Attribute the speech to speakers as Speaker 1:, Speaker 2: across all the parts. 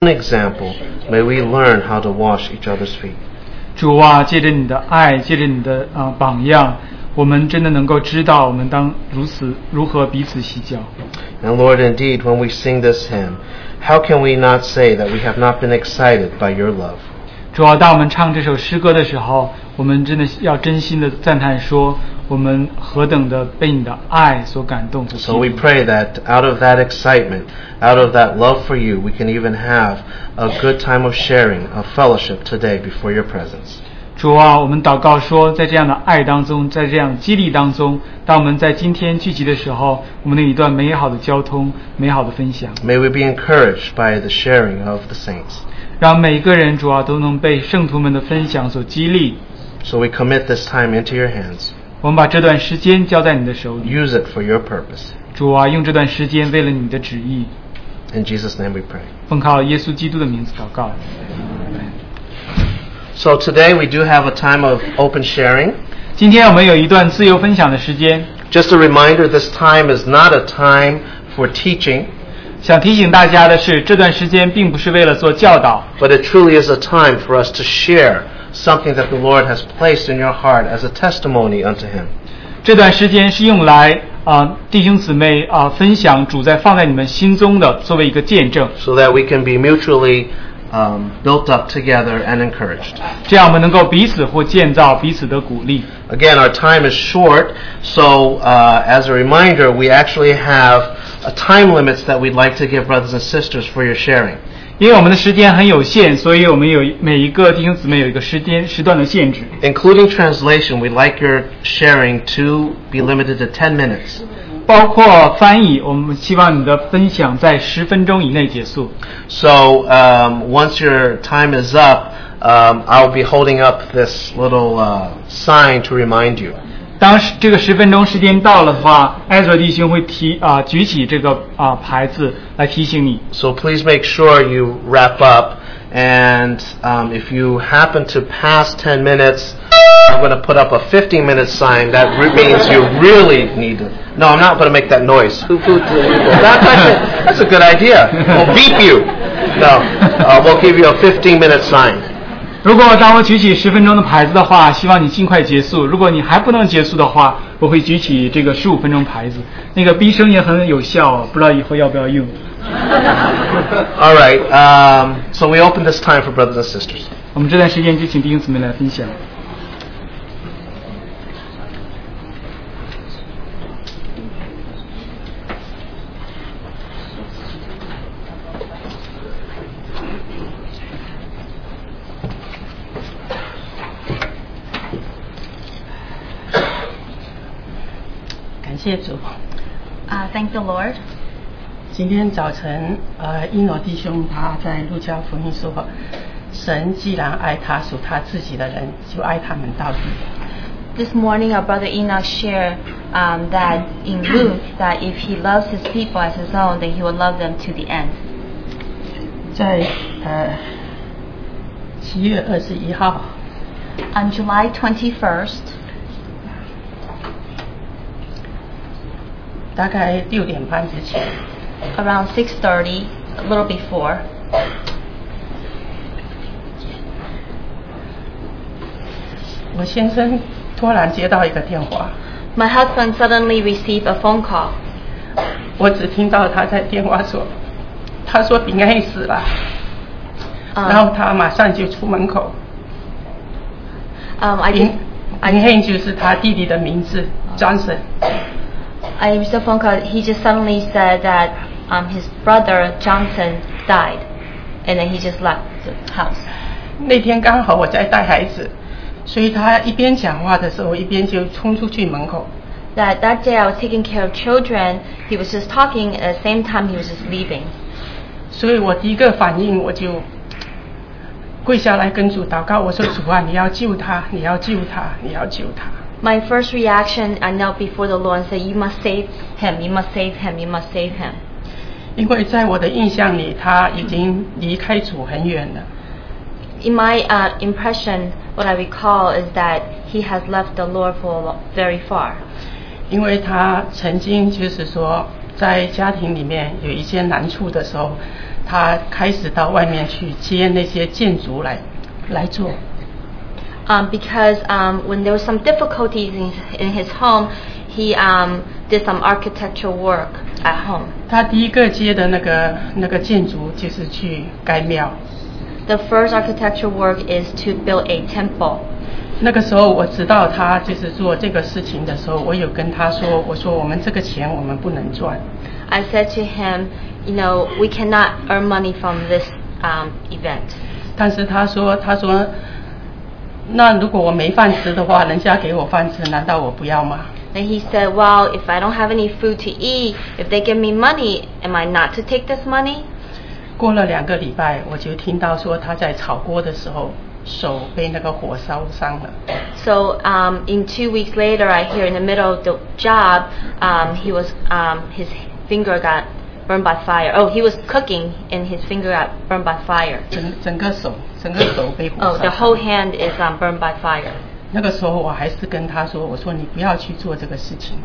Speaker 1: an example, may we learn how to wash each other's feet.
Speaker 2: 主啊，借着你的爱，借着你的啊、榜样，我们真的能够知道我们当如此如何彼此洗脚。
Speaker 1: And Lord, indeed, when we sing this hymn, how can we not say that we have not been excited by your love?
Speaker 2: 主啊，当我们唱这首诗歌的时候，我们真的要真心的赞叹说，我们何等的被你的爱所感动。
Speaker 1: So we pray that out of that excitement, out of that love for you, we can even have a good time of sharing, of fellowship today before your presence.
Speaker 2: 主啊，我们祷告说，在这样的爱当中，在这样激励当中，当我们在今天聚集的时候，我们有一段美好的交通，美好的分享，
Speaker 1: May we be encouraged by the sharing of the saints.
Speaker 2: 让每一个人主啊都能被圣徒们的分享所激励。
Speaker 1: So we commit this time into your hands.
Speaker 2: 我们把这段时间交在你的手里，
Speaker 1: Use it for your purpose.
Speaker 2: 主啊，用这段时间为了你的旨意，
Speaker 1: In Jesus' name we pray.
Speaker 2: 奉靠耶稣基督的名字祷告。
Speaker 1: So today we do have a time of open sharing.
Speaker 2: 今天我们有一段自由分享的时间，
Speaker 1: Just a reminder this time is not a time for teaching,
Speaker 2: 想提醒大家的是，这段时间并不是为了做教导，
Speaker 1: but it truly is a time for us to share something that the Lord has placed in your heart as a testimony unto Him.
Speaker 2: 这段时间是用来啊、弟兄姊妹啊、分享主在放在你们心中的作为一个见证，
Speaker 1: So that we can be mutually um, built up together and encouraged.
Speaker 2: 这样我们能够彼此或建造彼此的鼓励。
Speaker 1: Again, our time is short, so uh, as a reminder, we actually have uh, time limits that we'd like to give brothers and sisters for your sharing.
Speaker 2: 因为我们的时间很有限，所以我们有每一个弟兄姊妹有一个时间时段的限制，
Speaker 1: Including translation, we'd like your sharing to be limited to 10 minutes.
Speaker 2: 包括翻译，我们希望你的分享在十分钟以内结束。
Speaker 1: So um, once your time is up, um, I'll be holding up this little uh, sign to remind you.
Speaker 2: 当时这个十分钟时间到了的话，艾泽弟兄会提啊、举起这个啊、牌子来提醒你。
Speaker 1: So please make sure you wrap up. And um, if you happen to pass 10 minutes, I'm going to put up a 15 minute sign. That re- means you really need to. No, I'm not going to make that noise. Who- who- That's, actually- that's a good idea. We'll beep you. No, uh, we'll give you a 15 minute sign.
Speaker 2: 如果当我举起十分钟的牌子的话，希望你尽快结束。如果你还不能结束的话，我会举起这个十五分钟牌子。那个逼声也很有效啊，不知道以后要不要用。
Speaker 1: All right. Um, so we open this time for brothers and sisters.
Speaker 2: 我们这段时间就请弟兄姊妹来分享。
Speaker 3: 感谢主。
Speaker 4: Uh, thank the Lord.
Speaker 3: 今天早晨，呃，英罗弟兄他在路加福音说，神既然爱他属他自己的人，就爱他们到底。
Speaker 4: This morning, our brother Enoch shared um, that in Luke that if he loves his people as his own, then he will love them to the end.
Speaker 3: 在呃七月二十一号，
Speaker 4: On July 21st,
Speaker 3: 大概六点半之前，
Speaker 4: around 6:30, a little before,
Speaker 3: 我先生突然接到一个电话，
Speaker 4: my husband suddenly received a phone call.
Speaker 3: 我只听到他在电话说，他说丙爱死了，然后
Speaker 4: Um,
Speaker 3: 他马上就出门口。
Speaker 4: um, I
Speaker 3: 丙
Speaker 4: did,
Speaker 3: 丙汉就是他弟弟的名字，Johnson。
Speaker 4: I received a phone call. He just suddenly said that um, his brother Johnson died, and then he just left the house.
Speaker 3: 那天刚好我在带孩子，所以他一边讲话的时候，一边就冲出去门口。
Speaker 4: that that day I was taking care of children. He was just talking, and at the same time he was just leaving.
Speaker 3: 所以我第一个反应我就跪下来跟主祷告，我说：“主啊，你要救他，你要救他，你要救他。
Speaker 4: My first reaction, I knelt before the Lord and said, "You must save him. You must save him. You must save him." ”
Speaker 3: 因为在我的印象里，他已经离开主很远了。
Speaker 4: In my uh, impression, what I recall is that he has left the Lord for a lo- very far,
Speaker 3: 因为他曾经就是说，在家庭里面有一些难处的时候，他开始到外面去接那些建筑来来做。
Speaker 4: Um, because um, when there was some difficulties in, in his home, he um, did some architectural work at home.
Speaker 3: 他第一个接的那个那个建筑就是去盖庙。
Speaker 4: The first architectural work is to build a temple.
Speaker 3: 那个时候我知道他就是做这个事情的时候，我有跟他说，我说我们这个钱我们不能赚，
Speaker 4: I said to him, you know, we cannot earn money from this um, event.
Speaker 3: 但是他说他说，那如果我没饭吃的话，人家给我饭吃，难道我不要吗？
Speaker 4: And he said, well, if I don't have any food to eat, if they give me money, am I not to take this money?
Speaker 3: 过了两个礼拜，我就听到说他在炒锅的时候手被那个火烧伤了。
Speaker 4: So um, in two weeks later, I hear in the middle of the job, um, he was um, his finger got burned by fire. Oh, he was cooking and his finger got burned by fire.
Speaker 3: 整整个手，整个手被火
Speaker 4: Oh,
Speaker 3: 烧
Speaker 4: the
Speaker 3: 伤。
Speaker 4: whole hand is um, burned by fire.
Speaker 3: 那个时候我还是跟他说，我说你不要去做这个事情。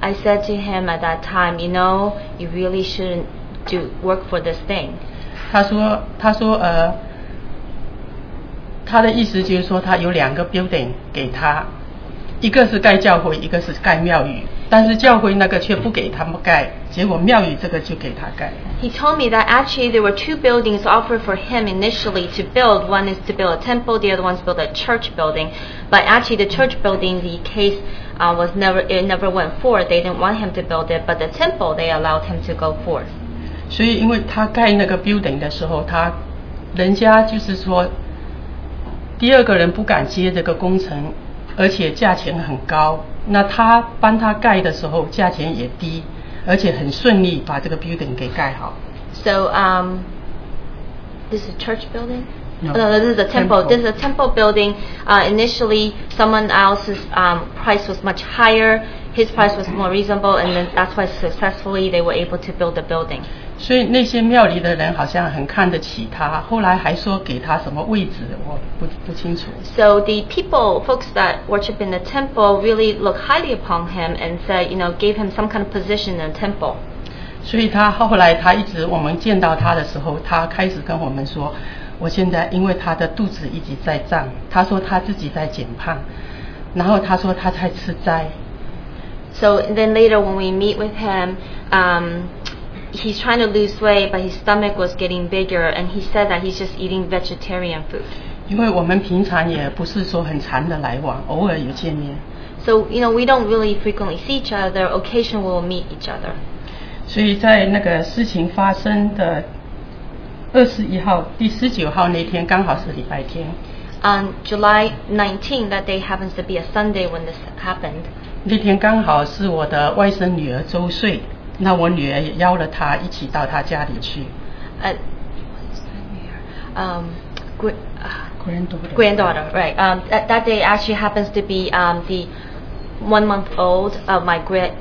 Speaker 4: I said to him at that time, you know, you really shouldn't do work for this thing.
Speaker 3: 他说，他说呃，他的意思就是说他有两个 building 给他，一个是盖教会，一个是盖庙宇，但是教会那个却不给他们盖，结果庙宇这个就给他盖。
Speaker 4: He told me that actually there were two buildings offered for him initially to build. One is to build a temple, the other one's build a church building. But actually, the church building, the case uh, was never it never went forward. They didn't want him to build it, but the temple they allowed him to go forth.
Speaker 3: 所以，因为他盖那个 building 的时候，他人家就是说，第二个人不敢接这个工程，而且价钱很高。那他帮他盖的时候，价钱也低，而且很顺利把这个 building 给盖好。
Speaker 4: So um, this is church building.
Speaker 3: No.
Speaker 4: Oh, no, this is a
Speaker 3: Temple.
Speaker 4: temple. This is a temple building. Uh, initially, someone else's um, price was much higher. His price was more reasonable, and then that's why successfully they were able to build the building.
Speaker 3: 所以那些庙里的人好像很看得起他，后来还说给他什么位置，我不不清楚。
Speaker 4: So the people, folks that worship in the temple, really look highly upon him and said, you know, gave him some kind of position in the temple.
Speaker 3: 所以他后来他一直我们见到他的时候，他开始跟我们说，我现在因为他的肚子一直在胀，他说他自己在减胖，然后他说他在吃斋，
Speaker 4: So then later when we meet with him, um, he's trying to lose weight, but his stomach was getting bigger, and he said that he's just eating vegetarian food.
Speaker 3: 因为我们平常也不是说很常的来往，偶尔有见面，
Speaker 4: So you know, we don't really frequently see each other. Occasionally, we'll meet each other.
Speaker 3: 所以在那个事情发生的二十一号、第十九号那天刚好是礼拜天，
Speaker 4: On July 19, that day happens to be a Sunday when this happened.
Speaker 3: 那天刚好是我的外甥女儿周岁，那我女儿也邀了她一起到她家里去。
Speaker 4: Uh, um, gr- uh,
Speaker 3: granddaughter
Speaker 4: granddaughter, right? Um, that, that day actually happens to be um, the one month old of my great,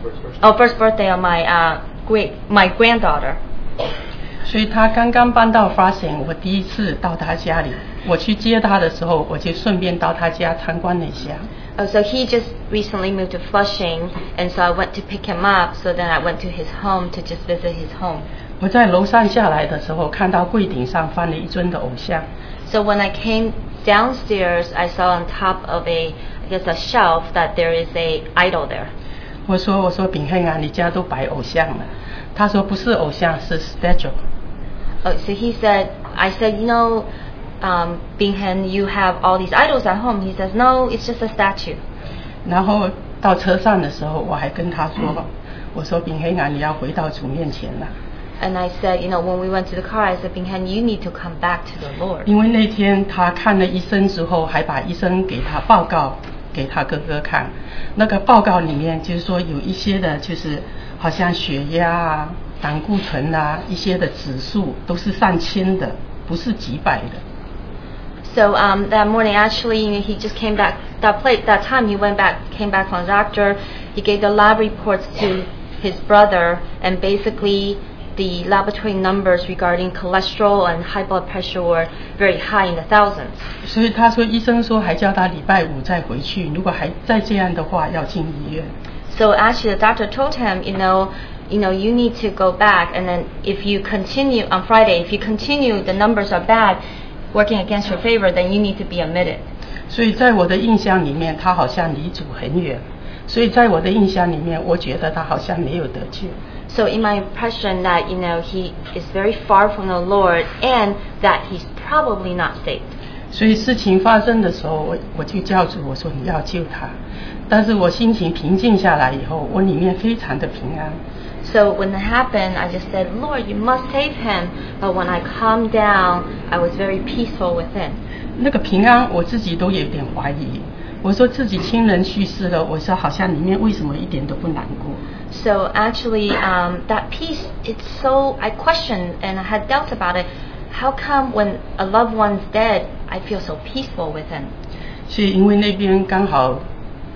Speaker 4: oh, first birthday of my uh, great my granddaughter.
Speaker 3: 所以她刚刚搬到 f a s i n 我第一次到她家里，我去接她的时候，我就顺便到她家参观了一下。
Speaker 4: Oh, so he just recently moved to Flushing, and so I went to pick him up. So then I went to his home to just visit his home.
Speaker 3: 我在楼上下来的时候，看到柜顶上放了一尊的偶像，
Speaker 4: So when I came downstairs, I saw on top of a, I guess a shelf that there is a idol there.
Speaker 3: 我说：“我说秉恒啊，你家都摆偶像了。”她说：“不是偶像，是 statue。”
Speaker 4: Oh, so he said, I said, you know, um, Binghen, you have all these idols at home. He says, no, it's just a statue.
Speaker 3: 然后到车上的时候，我还跟她说：“我说秉恒啊，你要回到主面前了。”
Speaker 4: And I said, you know, when we went to the car, I said, Binghen, you need to come back to the Lord.
Speaker 3: 因为那天他看了医生之后，还把医生给他报告给他哥哥看。那个报告里面就是说有一些的，就是好像血压啊、胆固醇啊一些的指数都是上千的，不是几百的。
Speaker 4: So um, that morning, actually, you know, he just came back. That plate, that time, he went back, came back from the doctor. He gave the lab reports to his brother, and basically, the laboratory numbers regarding cholesterol and high blood pressure were very high in the thousands.
Speaker 3: 所以他说，医生说还叫他礼拜五再回去，如果还再这样的话，要进医院。
Speaker 4: So actually, the doctor told him, you know, you know, you need to go back. And then if you continue on Friday, if you continue, the numbers are bad, working against your favor, then you need to be admitted.
Speaker 3: 所以在我的印象里面，他好像离主很远。所以在我的印象里面，我觉得他好像没有得救。
Speaker 4: So in my impression that you know he is very far from the Lord and that he's probably not saved.
Speaker 3: 所以事情发生的时候，我我就叫主我说你要救他，但是我心情平静下来以后，我里面非常的平安。
Speaker 4: So when that happened, I just said, Lord, you must save him. But when I calmed down, I was very peaceful within.
Speaker 3: 那个平安我自己都有点怀疑，我说自己亲人去世了，我说好像里面为什么一点都不难过？
Speaker 4: So actually, um, that peace, it's so, I questioned and I had doubts about it. How come when a loved one's dead, I feel so peaceful within?
Speaker 3: 所以因为那边刚好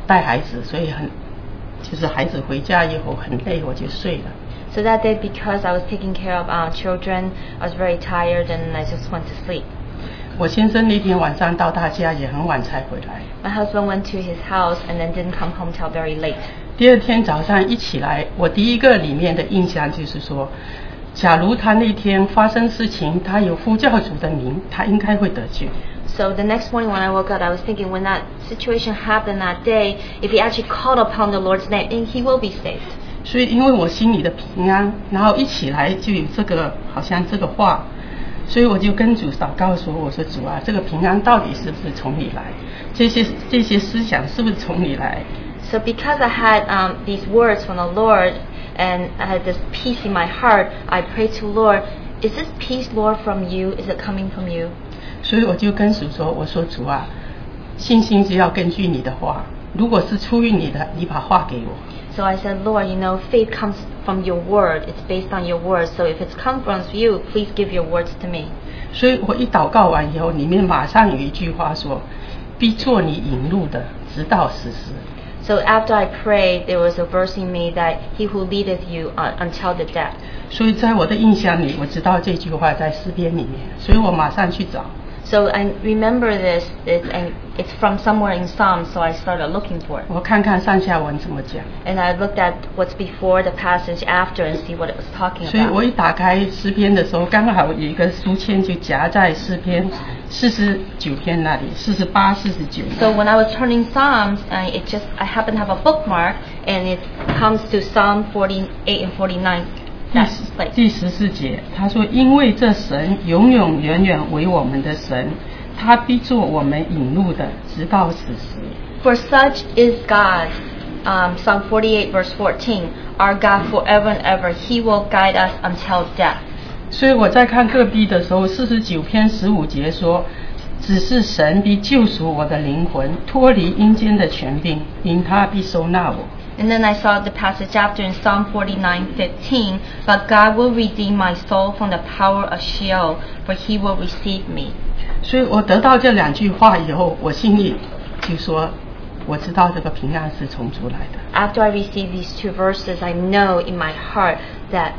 Speaker 3: 带孩子，所以很就是孩子回家以后很累，我就睡了。
Speaker 4: So that day, because I was taking care of um, children, I was very tired and I just went to sleep.
Speaker 3: 我先生那天晚上到他家也很晚才回来，
Speaker 4: My husband went to his house and then didn't come home till very late.
Speaker 3: 第二天早上一起来，我第一个里面的印象就是说，假如他那天发生事情，他有呼叫主的名，他应该会得救。
Speaker 4: So the next morning when I woke up, I was thinking when that situation happened that day, if he actually called upon the Lord's name, then he will be saved.
Speaker 3: 所以因为我心里的平安，然后一起来就有这个好像这个话，所以我就跟主祷告说：“我说主啊，这个平安到底是不是从你来？这些这些思想是不是从你来？
Speaker 4: So because I had um, these words from the Lord and I had this peace in my heart, I prayed to Lord, is this peace, Lord, from you? Is it coming from you?
Speaker 3: 所以我就跟主说：“我说主啊，信心是要根据你的话，如果是出于你的，你把话给我。”
Speaker 4: So I said, Lord, you know, faith comes from your word. It's based on your word. So if it's come from you, please give your words to me.
Speaker 3: 所以我一祷告完以后，里面马上有一句话说：“必做你引路的，直到死时。
Speaker 4: So after I prayed, there was a verse in me that he who leadeth you uh, until the death. ”
Speaker 3: 所以在我的印象里，我知道这句话在诗篇里面，所以我马上去找。
Speaker 4: So I remember this, it's, and it's from somewhere in Psalms, so I started looking for it.
Speaker 3: 我看看上下文怎么讲。
Speaker 4: And I looked at what's before the passage after and see what it was talking
Speaker 3: 所以我
Speaker 4: about.
Speaker 3: 一打开诗篇的时候，刚好有一个书签就夹在诗篇四十九篇那里，四十八、四十九。
Speaker 4: So when I was turning Psalms, I, it just, I happen to have a bookmark, and it comes to Psalm 48 and 49.
Speaker 3: 第
Speaker 4: That's
Speaker 3: 十
Speaker 4: place.
Speaker 3: 第十四节，他说：“因为这神永永远远为我们的神，他必做我们引路的，直到死时。”
Speaker 4: For such is God. Um, Psalm 48, verse 14. Our God forever and ever, He will guide us until death.
Speaker 3: 所以我在看各地的时候，四十九篇十五节说：“只是神必救赎我的灵魂，脱离阴间的权柄，因他必收纳我。
Speaker 4: And then I saw the passage after in Psalm 49, 15. But God will redeem my soul from the power of Sheol, for He will receive me. ”
Speaker 3: 所以我得到这两句话以后，我心里就说：“我知道这个平安是从主来的。
Speaker 4: After I receive these two verses, I know in my heart that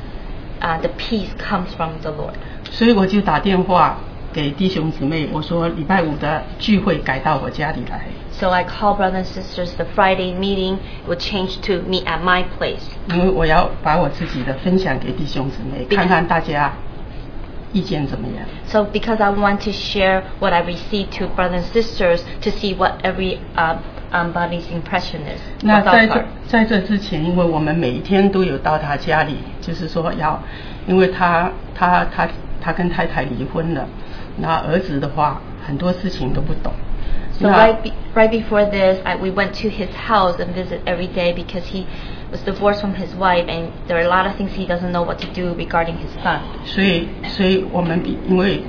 Speaker 4: uh, the peace comes from the Lord. ”
Speaker 3: 所以我就打电话给弟兄姊妹，我说：“礼拜五的聚会改到我家里来。
Speaker 4: So I call brothers and sisters. The Friday meeting will change to meet at my place. ”
Speaker 3: 因为我要把我自己的分享给弟兄姊妹，看看大家意见怎么样。
Speaker 4: So because I want to share what I received to brothers and sisters to see what every uh, um, body's impression is.
Speaker 3: 那
Speaker 4: of our
Speaker 3: 在这
Speaker 4: heart.
Speaker 3: 在这之前，因为我们每一天都有到他家里，就是说要，因为他他他他跟太太离婚了，那儿子的话很多事情都不懂。
Speaker 4: So
Speaker 3: 那
Speaker 4: right, be, right before this, I, we went to his house and visit every day because he was divorced from his wife, and there are a lot of things he doesn't know what to do regarding his son.
Speaker 3: 所以所以我们必因为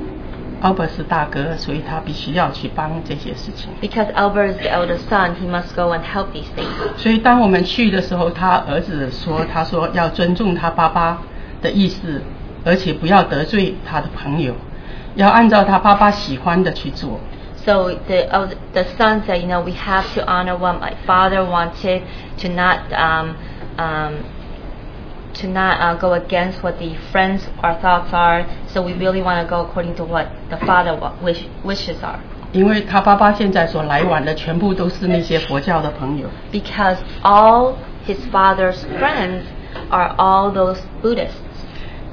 Speaker 3: 奥伯是大哥，所以他必须要去帮这些事情。
Speaker 4: Because Albert is the eldest son, he must go and help these things.
Speaker 3: 所以当我们去的时候，他儿子说，他说要尊重他爸爸的意思，而且不要得罪他的朋友，要按照他爸爸喜欢的去做。
Speaker 4: So the uh, the son said, you know, we have to honor what my father wanted to not um, um, to not uh, go against what the friends our thoughts are. So we really want to go according to what the father wa- wish, wishes are.
Speaker 3: 因为他爸爸现在所来往的全部都是那些佛教的朋友，
Speaker 4: Because all his father's friends are all those Buddhists.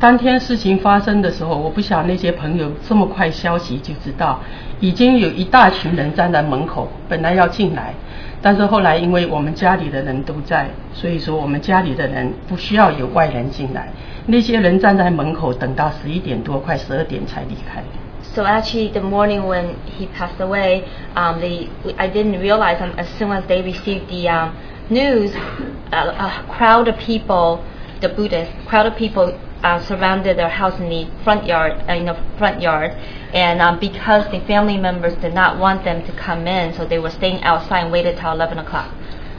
Speaker 3: 当天事情发生的时候，我不想那些朋友这么快消息就知道，已经有一大群人站在门口，本来要进来，但是后来因为我们家里的人都在，所以说我们家里的人不需要有外人进来。那些人站在门口等到十一点多，快十二点才离开。
Speaker 4: So actually, the morning when he passed away, um, they, I didn't realize um, as soon as they received the um, news, a, a crowd of people, the Buddhists, crowd of people uh, surrounded their house in the front yard, uh, in the front yard, and um, because the family members did not want them to come in, so they were staying outside and waited till 11 o'clock.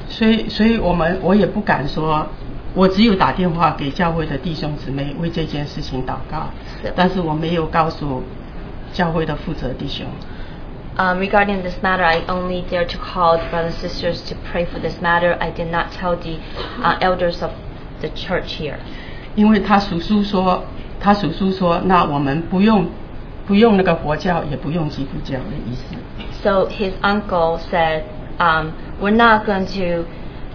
Speaker 3: 所以，所以我们我也不敢说，我只有打电话给教会的弟兄姊妹为这件事情祷告
Speaker 4: 是，
Speaker 3: 但是我没有告诉教会的负责弟兄。
Speaker 4: Um, regarding this matter, I only dared to call the brothers and sisters to pray for this matter. I did not tell the uh, elders of the church here.
Speaker 3: 因为他叔叔说，他叔叔说，那我们不用不用那个佛教，也不用基督教的意思。
Speaker 4: So his uncle said, um, We're not going to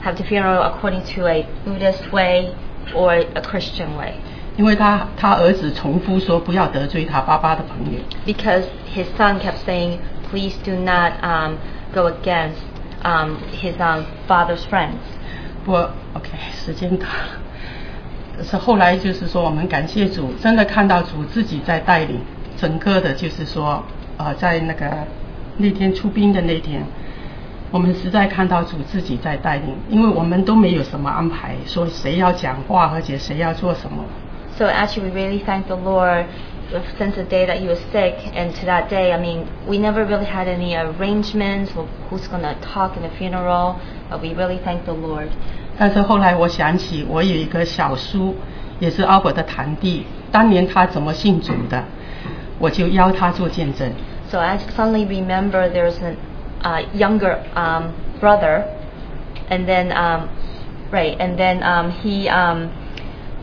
Speaker 4: have the funeral according to a Buddhist way or a Christian way
Speaker 3: 因为他他儿子重复说不要得罪他爸爸的朋友，
Speaker 4: because his son kept saying, Please do not um, go against um, his um, father's friends.
Speaker 3: 不过 OK 时间到了，是后来就是说我们感谢主，真的看到主自己在带领整个的，就是说呃在那个那天出兵的那天，我们实在看到主自己在带领，因为我们都没有什么安排，说谁要讲话，而且谁要做什么。
Speaker 4: So actually, we really thank the Lord since the day that he was sick and to that day. I mean, we never really had any arrangements of who's going to talk in the funeral, but we really thank the Lord.
Speaker 3: 但是后来我想起，我有一个小叔，也是阿伯的堂弟，当年他怎么信主的，我就邀他做见证。
Speaker 4: So I suddenly remember there's a uh, younger um, brother, and then um, right, and then um, he um,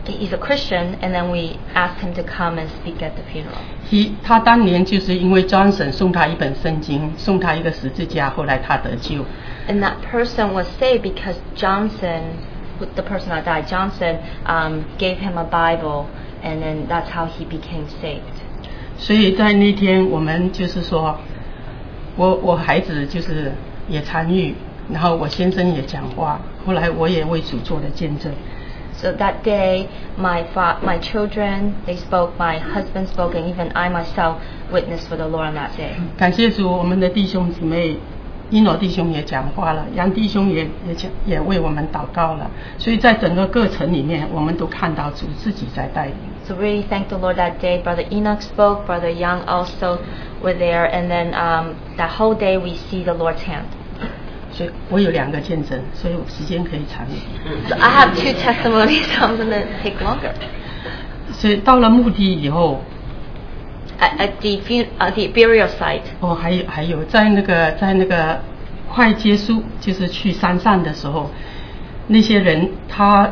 Speaker 4: he's a Christian, and then we asked him to come and speak at the funeral.
Speaker 3: 他他当年就是因为 Johnson 送他一本圣经，送他一个十字架，后来他得救。
Speaker 4: And that person was saved because Johnson, with the person that died, Johnson um, gave him a Bible, and then that's how he became saved.
Speaker 3: 所以在那天，我们就是说，我我孩子就是也参与，然后我先生也讲话，后来我也为主做了见证。
Speaker 4: So that day, my fa- my children they spoke, my husband spoke, and even I myself witnessed for the Lord on that day.
Speaker 3: 感谢主，我们的弟兄姊妹，英罗弟兄也讲话了，杨弟兄也也讲也为我们祷告了，所以在整个过程里面，我们都看到主自己在带领。
Speaker 4: So really thank the Lord that day. Brother Enoch spoke, Brother Young also were there, and then um, that whole day we see the Lord's hand.
Speaker 3: 所以我有两个见证，所以我时间可以长一点。
Speaker 4: So I have two testimonies, so I'm going to take longer.
Speaker 3: 所以到了墓地以后，
Speaker 4: At, at the fun- at the burial site,
Speaker 3: 哦，还有还有，在那个在那个快结束，就是去山上的时候，那些人他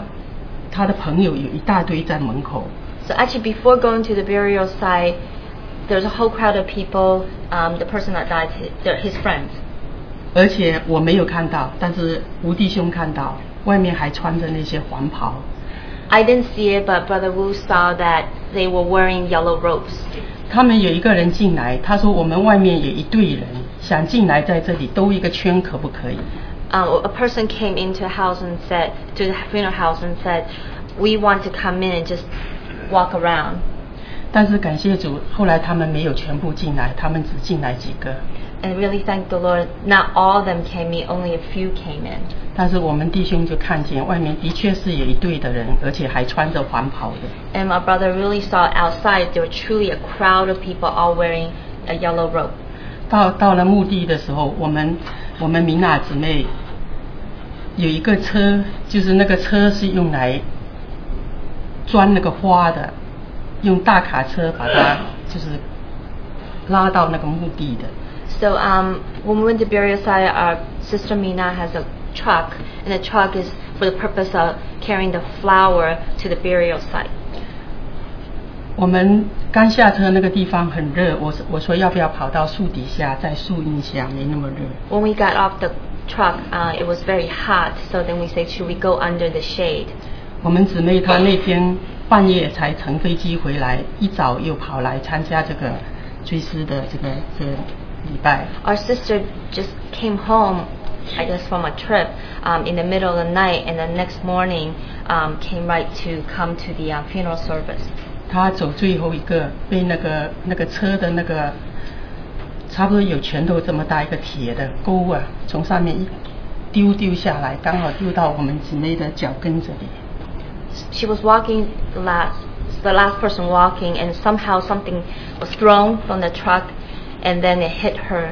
Speaker 3: 他的朋友有一大堆在门口，
Speaker 4: so actually before going to the burial site, there's a whole crowd of people. Um, the person that died, his, they're his friends.
Speaker 3: 而且我没有看到，但是吴弟兄看到，外面还穿着那些黄袍。
Speaker 4: I didn't see it, but Brother Wu saw that they were wearing yellow robes.
Speaker 3: 他们有一个人进来，他说我们外面有一队人想进来，在这里兜一个圈，可不可以？
Speaker 4: um, a person came into the house and said to the funeral house and said, "We want to come in and just walk around."
Speaker 3: 但是感谢主，后来他们没有全部进来，他们只进来几个。
Speaker 4: And really thank the Lord, not all of them came in; only a few came in.
Speaker 3: 但是我们弟兄就看见外面的确是有一队的人，而且还穿着黄袍的。
Speaker 4: And my brother really saw outside there were truly a crowd of people all wearing a yellow robe.
Speaker 3: 到到了墓地的时候，我们我们米娜姊妹有一个车，就是那个车是用来装那个花的，用大卡车把它就是拉到那个墓地的。
Speaker 4: So um, when we went to burial site, our sister Mina has a truck, and the truck is for the purpose of carrying the flower to the burial site.
Speaker 3: 我们刚下车那个地方很热，我我说要不要跑到树底下，在树荫下没那么热。
Speaker 4: When we got off the truck, uh, it was very hot, so then we said, should we go under the shade?
Speaker 3: 我们姊妹她那天半夜才乘飞机回来，一早又跑来参加这个追思的这个这个礼拜。
Speaker 4: Our sister just came home, I guess, from a trip um, in the middle of the night, and the next morning um, came right to come to the um, funeral service.
Speaker 3: 她走最后一个，被那个那个车的那个差不多有拳头这么大一个铁的钩啊，从上面一丢丢下来，刚好丢到我们姊妹的脚跟这里。
Speaker 4: She was walking the last, the last person walking, and somehow something was thrown from the truck, and then it hit her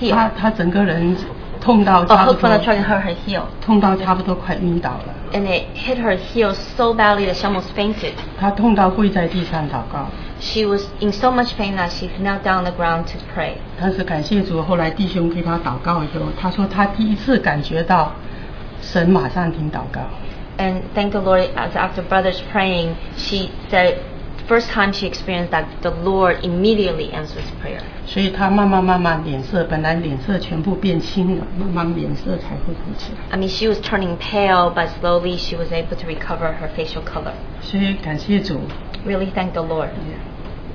Speaker 3: 她
Speaker 4: heel.
Speaker 3: 她整个人痛到
Speaker 4: Oh,
Speaker 3: 差不
Speaker 4: hooked from
Speaker 3: 多
Speaker 4: the truck and hurt her heel.
Speaker 3: 痛到差不多快晕倒了，
Speaker 4: And it hit her heel so badly that she almost fainted.
Speaker 3: 她痛到跪在地上祷告。
Speaker 4: She was in so much pain that she knelt down on the ground to pray.
Speaker 3: 但是感谢主，后来弟兄给她祷告以后，她说她第一次感觉到神马上听祷告。
Speaker 4: And thank the Lord, as after brothers praying, she said, first time she experienced that the Lord immediately answers prayer.
Speaker 3: 所以她慢慢慢慢脸色，本来脸色全部变青了，慢慢脸色才恢复起来。
Speaker 4: I mean, she was turning pale, but slowly she was able to recover her facial color.
Speaker 3: 所以感谢主，
Speaker 4: Really thank the Lord.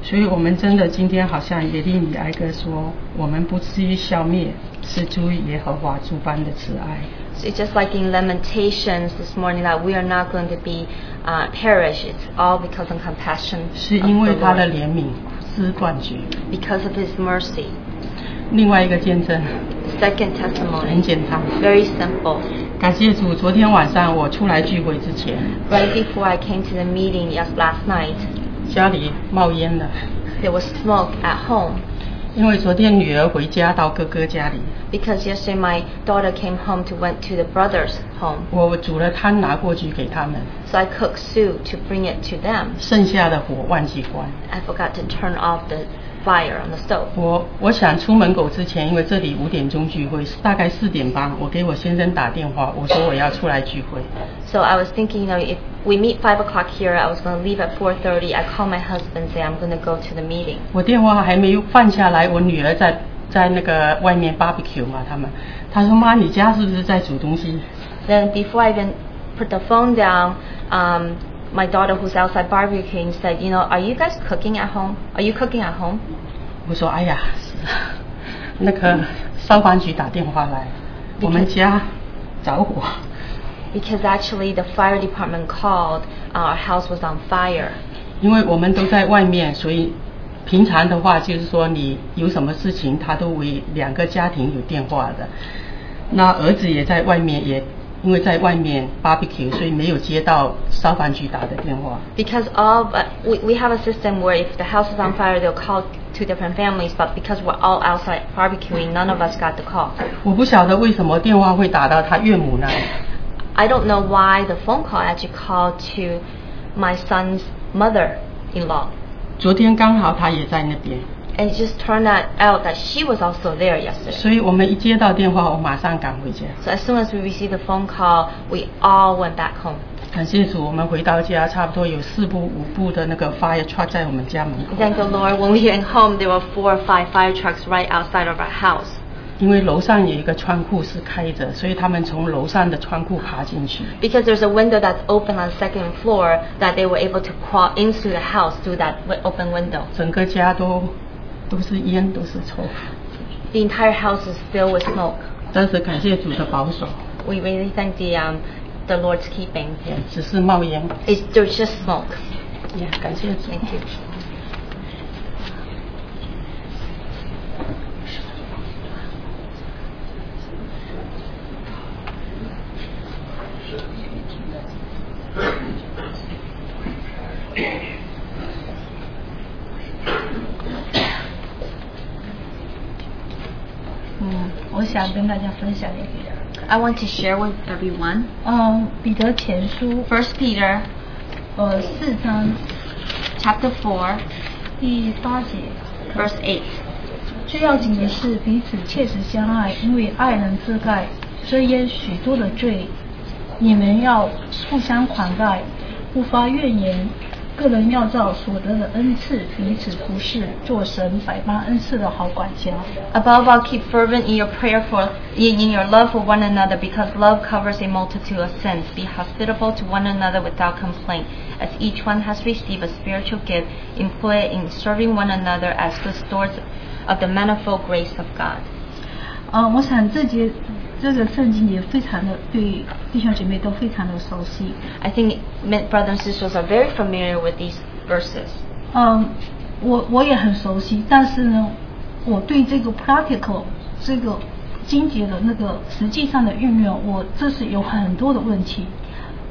Speaker 3: 所以我们真的今天好像耶利米哀歌说，我们不至于消灭，是主耶和华主般的慈爱。
Speaker 4: So it's just like in Lamentations this morning that we are not going to be uh, perished. It's all because of compassion
Speaker 3: 是
Speaker 4: of
Speaker 3: 因为
Speaker 4: the
Speaker 3: 他的
Speaker 4: Lord,
Speaker 3: 怜悯，丝断绝。
Speaker 4: because of His mercy.
Speaker 3: 另外一个见证
Speaker 4: Second
Speaker 3: 很
Speaker 4: testimony,
Speaker 3: 简单，
Speaker 4: very simple.
Speaker 3: 感谢主。昨天晚上我出来聚会之前，
Speaker 4: Right before I came to the meeting yes, last night,
Speaker 3: 家里冒烟了，
Speaker 4: there was smoke at home
Speaker 3: 因为昨天女儿回家到哥哥家里，
Speaker 4: because yesterday my daughter came home to went to the brother's home.
Speaker 3: 我煮了汤拿过去给他们，
Speaker 4: So I cooked soup to bring it to them.
Speaker 3: 剩下的火忘记关。
Speaker 4: I forgot to turn off the fire on the stove.
Speaker 3: 我我想出门口之前，因为这里五点钟聚会，大概四点半，我给我先生打电话，我说我要出来聚会。
Speaker 4: So I was thinking, you know, if we meet five o'clock here, I was going to leave at 4:30. I called my husband, say I'm going to go to the meeting.
Speaker 3: 我电话还没有放下来，我女儿在在那个外面 barbecue 嘛，他们，她说妈，你家是不是在煮东西？
Speaker 4: Then before I even put the phone down, um, my daughter, who's outside barbecuing, said, you know, are you guys cooking at home? Are you cooking at home?
Speaker 3: 我说哎呀， 是那个消防局打电话来，我们家着火，
Speaker 4: Because actually, the fire department called. uh, Our house was on fire.
Speaker 3: 因为我们都在外面，所以平常的话就是说你有什么事情，他都为两个家庭有电话的。那儿子也在外面，也因为在外面 barbecue，所以没有接到消防局打的电话。
Speaker 4: Because all of, uh, we, we have a system where if the house is on fire, they'll call two different families. But because we're all outside barbecuing, none of us got the call.
Speaker 3: 我不晓得为什么电话会打到他岳母那里。
Speaker 4: I don't know why the phone call actually called to my son's mother-in-law.
Speaker 3: 昨天刚好他也在那边，
Speaker 4: And it just turned out out that she was also there yesterday.
Speaker 3: 所以我们一接到电话，我马上赶回家。
Speaker 4: So as soon as we received the phone call, we all went back home.
Speaker 3: 感谢主，我们回到家，差不多有四部五部的那个 fire truck 在我们家门口，
Speaker 4: Thank the Lord, when we went home, there were four or five fire trucks right outside of our house.
Speaker 3: 因为楼上有一个窗户是开着，所以他们从楼上的窗户爬进去。
Speaker 4: Because there's a window that's open on the second floor that they were able to crawl into the house through that wi- open window.
Speaker 3: 整个家都都是烟，都是臭。
Speaker 4: The entire house is filled with smoke.
Speaker 3: 但是感谢主的保守，
Speaker 4: We really thank the, um, the Lord's keeping.
Speaker 3: 也只是冒烟，
Speaker 4: It's, there's just smoke.
Speaker 3: 也感谢主。
Speaker 4: Thank you.
Speaker 5: 嗯，我想跟大家分享一点。
Speaker 4: I want to share with everyone
Speaker 5: 嗯，彼得前书
Speaker 4: First Peter
Speaker 5: 呃四章
Speaker 4: chapter 4,
Speaker 5: 第八节，
Speaker 4: verse 8.
Speaker 5: 最要紧的是彼此切实相爱，因为爱能遮盖遮掩许多的罪。你们要互相款待，不发怨言，个人要照所得的恩赐彼此服侍，做神百般恩赐的好管家。
Speaker 4: Above all, keep fervent in your prayer for in, in your love for one another, because love covers a multitude of sins. Be hospitable to one another without complaint, as each one has received a spiritual gift, employ it in serving one another as good stewards of the manifold grace of God.
Speaker 5: 啊、我想这节这个圣经也非常的对弟兄姐妹都非常的熟悉。
Speaker 4: I think men- brothers and sisters are very familiar with these verses.
Speaker 5: 嗯，我我也很熟悉，但是呢，我对这个 practical 这个经节的那个实际上的运用，我这是有很多的问题。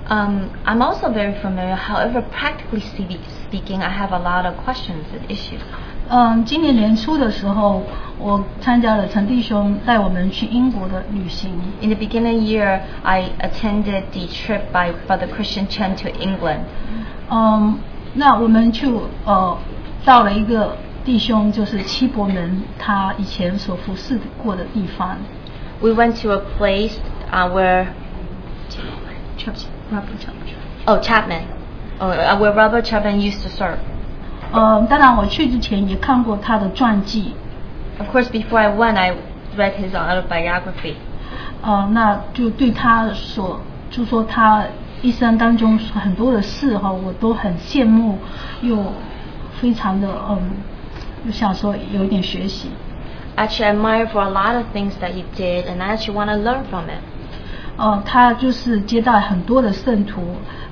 Speaker 4: Um, I'm also very familiar. However, practically spe- speaking, I have a lot of questions and issues.
Speaker 5: 嗯，今年年初的时候，我参加了陈弟兄带我们去英国的旅行。
Speaker 4: In the beginning of the year, I attended the trip by Brother Christian Chen to England.
Speaker 5: 嗯，那我们去呃到了一个弟兄，就是七伯门他以前所服侍过的地方。
Speaker 4: We went to a place uh, where oh Chapman, oh, uh, where Robert Chapman used to serve.
Speaker 5: 嗯，当然我去之前也看过他的传记，
Speaker 4: Of course, before I went, I read his autobiography.
Speaker 5: 呃，那就对他所就说他一生当中很多的事哈、我都很羡慕，又非常的嗯，就想说有一点学习。
Speaker 4: Actually, I admire for a lot of things that he did, and I actually want to learn from it.
Speaker 5: 呃，他就是接待很多的圣徒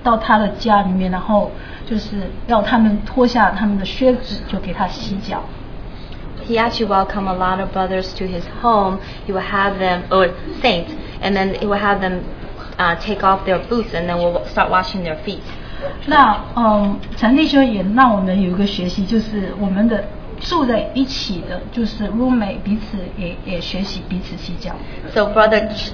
Speaker 5: 到他的家里面，然后就是要他们脱下他们的靴子，就给他洗脚。
Speaker 4: He actually welcomed a lot of brothers to his home. He would have them, or saints, and then he would have them uh, take off their boots and then we'll start washing their feet.
Speaker 5: 那嗯，陈弟兄也让我们有一个学习，就是我们的住在一起的，就是 roommate 彼此也也学习彼此洗脚。
Speaker 4: So Brother Ch-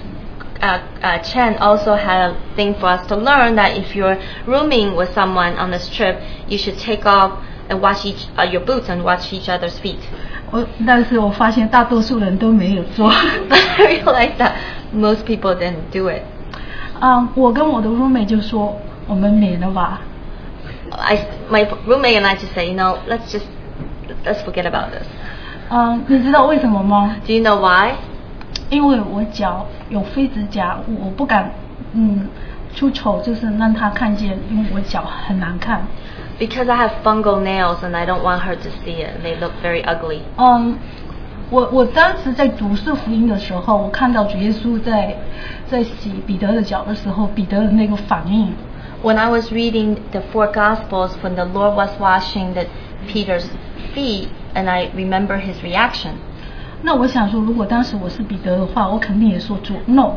Speaker 4: uh, uh, Chen also had a thing for us to learn that if you're rooming with someone on this trip, you should take off and wash each, uh, your boots and wash each other's feet.
Speaker 5: 我但是我发现大多数人都没有做。
Speaker 4: I realized that most people didn't do it.
Speaker 5: 嗯，我跟我的 roommate 就说，我们免了吧。
Speaker 4: I, my roommate and I just said, you know, let's just let's forget about this.
Speaker 5: 嗯，你知道为什么吗？
Speaker 4: Do you know why?
Speaker 5: 因为我脚有飞指甲，我不敢嗯出丑，就是让他看见，因为我脚很难看。
Speaker 4: Because I have fungal nails and I don't want her to see it. They look very ugly.
Speaker 5: 嗯，我我当时在读四福音的时候，我看到主耶稣在在洗彼得的脚的时候，彼得的那个反应，
Speaker 4: When I was reading the four Gospels, when the Lord was washing the Peter's feet, and I remember his reaction,
Speaker 5: 那我想说，如果当时我是彼得的话，我肯定也说主 no。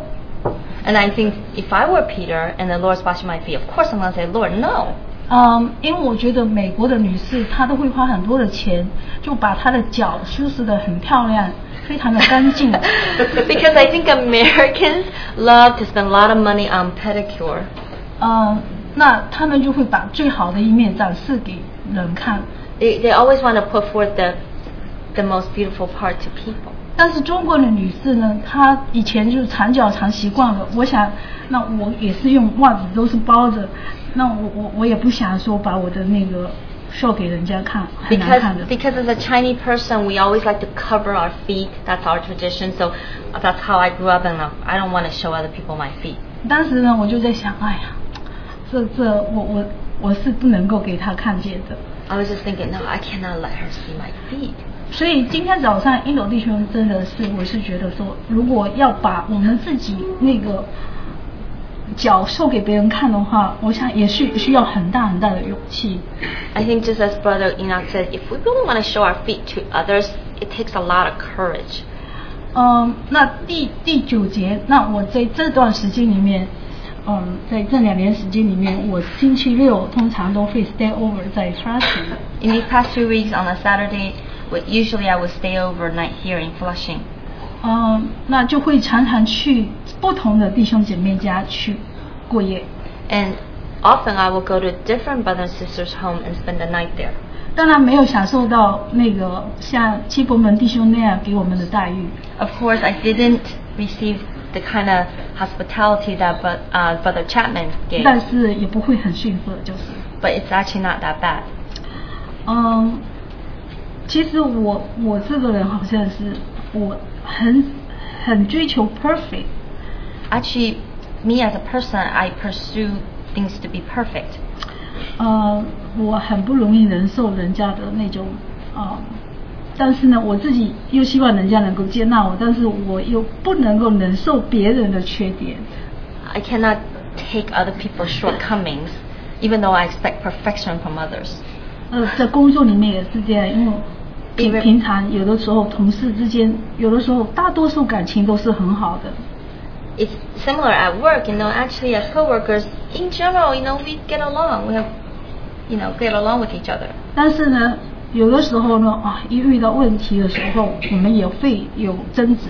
Speaker 4: and I think if I were Peter and the Lord's washing my feet, of course I'm gonna say, Lord, no.
Speaker 5: 嗯，因为我觉得美国的女士她都会花很多的钱，就把她的脚修饰得很漂亮，非常的干净。
Speaker 4: because I think Americans love to spend a lot of money on pedicure.
Speaker 5: 嗯，那他们就会把最好的一面展示给人看。
Speaker 4: They, they always want to put forth the the most beautiful part to people.
Speaker 5: 但是中国的女士呢，她以前就是缠脚缠习惯了。我想，那我也是用袜子都是包着，那我我我也不想说把我的那个 show 给人家看，很难看的
Speaker 4: Because,。because as a Chinese person, we always like to cover our feet. That's our tradition. So uh, that's how I grew up, and uh, I don't want to show other people my feet.
Speaker 5: 当时呢，我就在想，哎呀，这这我我我是不能够给她看见的。
Speaker 4: I was just thinking, no, I cannot let her see my feet.
Speaker 5: 所以今天早上英斗弟兄真的是，我是觉得说，如果要把我们自己那个脚秀给别人看的话，我想也是需要很大很大的勇气。
Speaker 4: I think just as Brother Enoch said, if we really want to show our feet to others, it takes a lot of courage.
Speaker 5: 嗯，那第第九节，那我在这段时间里面，嗯，在这两年时间里面，我星期六通常都会 stay over 在 Flushing。
Speaker 4: In these past few weeks, on a Saturday, we- usually I would stay overnight here in Flushing.
Speaker 5: 嗯，那就会常常去不同的弟兄姐妹家去过夜。
Speaker 4: And often I will go to different brothers and sisters' home and spend the night there.
Speaker 5: 当然没有享受到那个像七伯门弟兄那样给我们的待遇。
Speaker 4: Of course, I didn't receive the kind of hospitality that but, uh, Brother Chapman gave,
Speaker 5: 但是也不会很逊色，就是。
Speaker 4: but it's actually not that bad.
Speaker 5: 嗯，其实我我这个人好像是我很很追求 perfect，
Speaker 4: Actually, me as a person, I pursue things to be perfect.
Speaker 5: 呃，我很不容易忍受人家的那种啊、呃但是呢，我自己又希望人家能够接纳我，但是我又不能够忍受别人的缺点。
Speaker 4: I cannot take other people's shortcomings, even though I expect perfection from others.
Speaker 5: 呃，在工作里面也是这样，因为
Speaker 4: 因为
Speaker 5: 平平常有的时候同事之间，有的时候大多数感情都是很好的。
Speaker 4: It's similar at work, you know. Actually, as coworkers, in general, you know, we get along. We have, you know, get along with each other.
Speaker 5: 但是呢，有的时候呢，啊，一遇到问题的时候，我们也会有争执。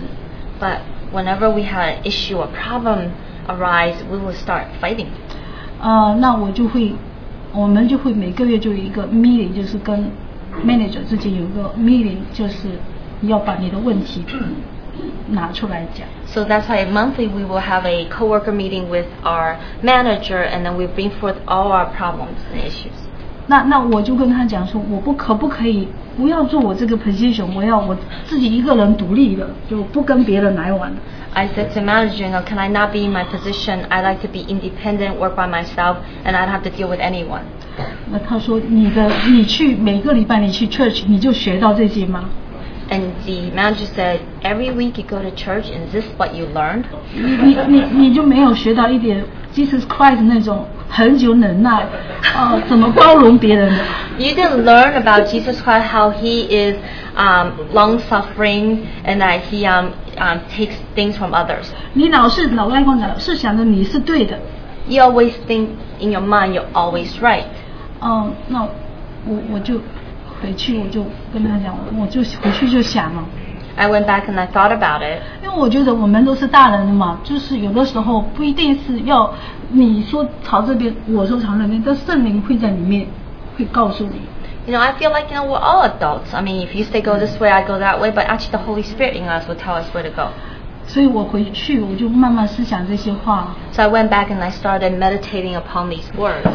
Speaker 4: But whenever we had an issue or problem arise, we will start fighting.
Speaker 5: 呃，那我就会，我们就会每个月就有一个 meeting，就是跟 manager 之间有一个 meeting，就是要把你的问题拿出来讲。
Speaker 4: So that's why monthly we will have a coworker meeting with our manager, and then we bring forth all our problems and issues.
Speaker 5: 那那我就跟他讲说，我不可不可以不要做我这个 position，我要我自己一个人独立的，就不跟别人来往。
Speaker 4: I said to manager, you know, can I not be in my position? I like to be independent, work by myself, and I don't have to deal with anyone.
Speaker 5: 那他说你的你去每个礼拜你去 church 你就学到这些吗？
Speaker 4: And the manager said, every week you go to church, and this is what you learned?
Speaker 5: 你你你你就没有学到一点 Jesus Christ 那种恒久忍耐，呃，怎么包容别人的？
Speaker 4: You didn't learn about Jesus Christ, how he is um, long-suffering, and that he um, um, takes things from others.
Speaker 5: 你老是老外公老是想着你是对的，
Speaker 4: You always think in your mind you're always right.
Speaker 5: 嗯、那我我就回去我就跟他讲，我就回去就想了，
Speaker 4: I went back and I thought about it.
Speaker 5: 因为我觉得我们都是大人了嘛，就是有的时候不一定是要你说朝这边，我说朝那边，但圣灵会在里面会告诉你。
Speaker 4: You know, I feel like you know we're all adults. I mean, if you say go this way, I go that way, but actually the Holy Spirit in us will tell us where to go.
Speaker 5: 所以我回去我就慢慢思想这些话，
Speaker 4: So I went back and I started meditating upon these words.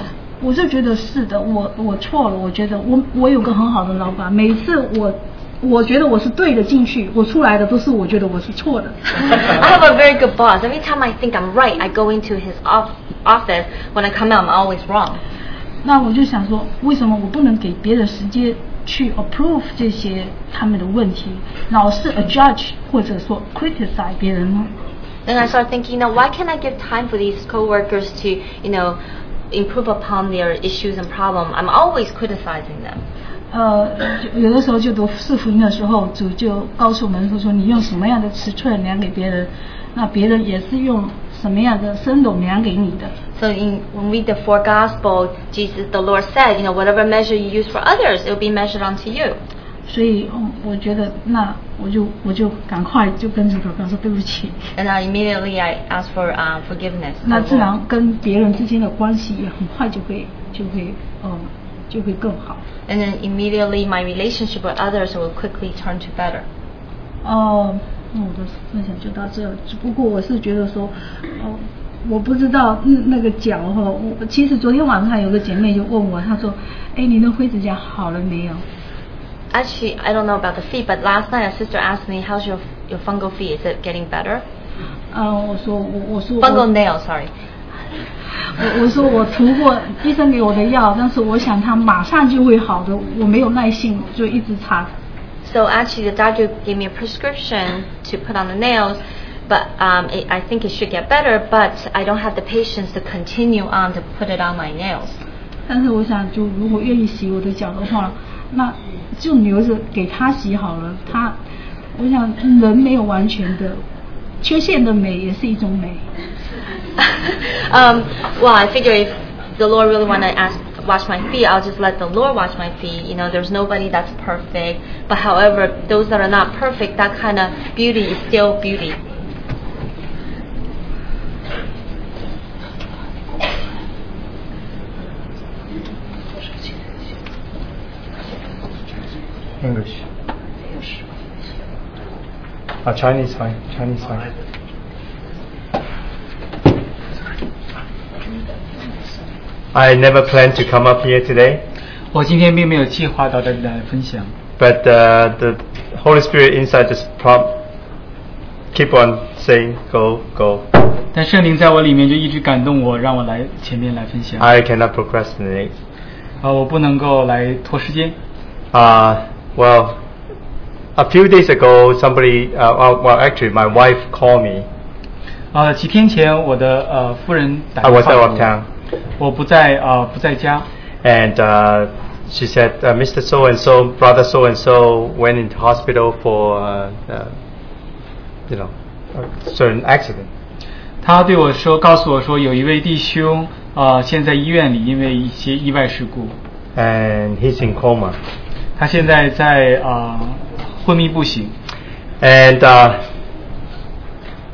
Speaker 5: 我就觉得是的，我我错了，我觉得我我有个很好的老板，每次我我觉得我是对的进去，我出来的都是我觉得我是错的。
Speaker 4: I have a very good boss. Every time I think I'm right, I go into his off- office. When I come out, I'm always wrong.
Speaker 5: 那我就想说，为什么我不能给别的时间去 approve 这些他们的问题，老是 a judge 或者说 criticize 别人呢？
Speaker 4: Then I started thinking, you know, why can't I give time for these coworkers to, you know, improve upon their issues and problem? I'm always criticizing them.
Speaker 5: 呃，就有的时候就读四福音的时候，主就告诉我们说说你用什么样的尺寸量给别人，那别人也是用什么样的升斗量给你的。
Speaker 4: So in, when we read the four gospel, Jesus, the Lord said, you know, whatever measure you use for others, it will be measured unto you.
Speaker 5: 所以，嗯，我觉得那我就我就赶快就跟主祷告说对不起，
Speaker 4: And I immediately I asked for um, forgiveness.
Speaker 5: 那自然跟别人之间的关系也很快就会就会嗯就会更好。
Speaker 4: And then immediately my relationship with others will quickly turn to better.
Speaker 5: 哦，那我的分享就到这。只不过我是觉得说，哦，我不知道嗯那个脚哈，我我其实昨天晚上有个姐妹就问我，她说，哎，你的灰指甲好了没有？
Speaker 4: Actually, I don't know about the feet, but last night a sister asked me, how's your, your fungal feet? Is it getting better?
Speaker 5: 嗯，我说我我说我
Speaker 4: Fungal nail, sorry.
Speaker 5: 我我说我涂过医生给我的药，但是我想它马上就会好的，我没有耐性，我就一直擦。
Speaker 4: So actually the doctor gave me a prescription to put on the nails, but um, it, I think it should get better, but I don't have the patience to continue on to put it on my nails.
Speaker 5: 但是我想，就如果愿意洗我的脚的话，那就留着给他洗好了。他，我想嗯人没有完全的缺陷的美也是一种美。
Speaker 4: um, well, I figure if the Lord really want to ask, wash my feet, I'll just let the Lord wash my feet. You know, there's nobody that's perfect. But however, those that are not perfect, that kind of beauty is still beauty.
Speaker 6: ？English。啊，Chinese
Speaker 1: Ah,
Speaker 6: fine, Chinese fine.
Speaker 1: I never planned to come up here today,
Speaker 2: 我今天并没有计划到这里来分享，
Speaker 1: but uh, the Holy Spirit inside just prompt, keep on saying, go, go.
Speaker 2: 但圣灵在我里面就一直感动我，让我来前面来分享。啊、
Speaker 1: I cannot procrastinate.
Speaker 2: 我不能够来拖时间。
Speaker 1: Uh, well, a few days ago, somebody, uh, well, well, actually, my wife called me.
Speaker 2: 呃，几天前我的呃夫人打
Speaker 1: I
Speaker 2: 电
Speaker 1: was
Speaker 2: 话给
Speaker 1: out of
Speaker 2: 我，
Speaker 1: town.
Speaker 2: 我不在呃不在家，
Speaker 1: And uh, she said, uh, Mr. So and so, brother so and so went into hospital for, uh, uh, you know, a certain accident.
Speaker 2: 她对我说，告诉我说有一位弟兄呃现在医院里因为一些意外事故，
Speaker 1: And he's in coma.
Speaker 2: 他现在在呃昏迷不醒。
Speaker 1: And, uh,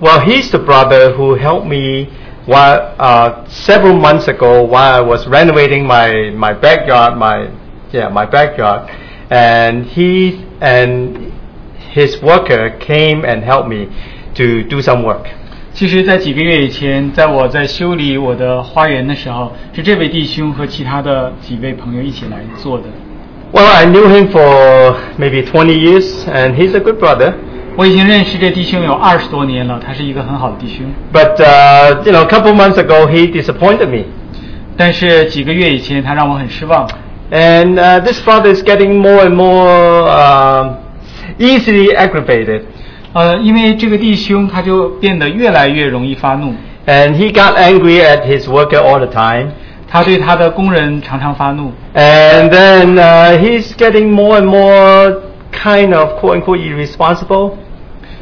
Speaker 1: well, he's the brother who helped me while, uh, several months ago while I was renovating my, my backyard, my, yeah, my backyard. And he and his worker came and helped me to do some work.
Speaker 2: 其实，在几个月以前，在我在修理我的花园的时候，是这位弟兄和其他的几位朋友一起来做的。
Speaker 1: Well, I knew him for maybe 20 years, and he's a good brother.
Speaker 2: 我已经认识这弟兄有二十多年了，他是一个很好的弟兄。
Speaker 1: But uh, you know, a couple months ago, he disappointed me,
Speaker 2: 但是几个月以前，他让我很失望。
Speaker 1: and uh, this brother is getting more and more um easily aggravated.
Speaker 2: 呃，因为这个弟兄他就变得越来越容易发怒，
Speaker 1: And he got angry at his worker all the time,
Speaker 2: 他对他的工人常常发怒，
Speaker 1: and then uh, he's getting more and more kind of quote unquote irresponsible.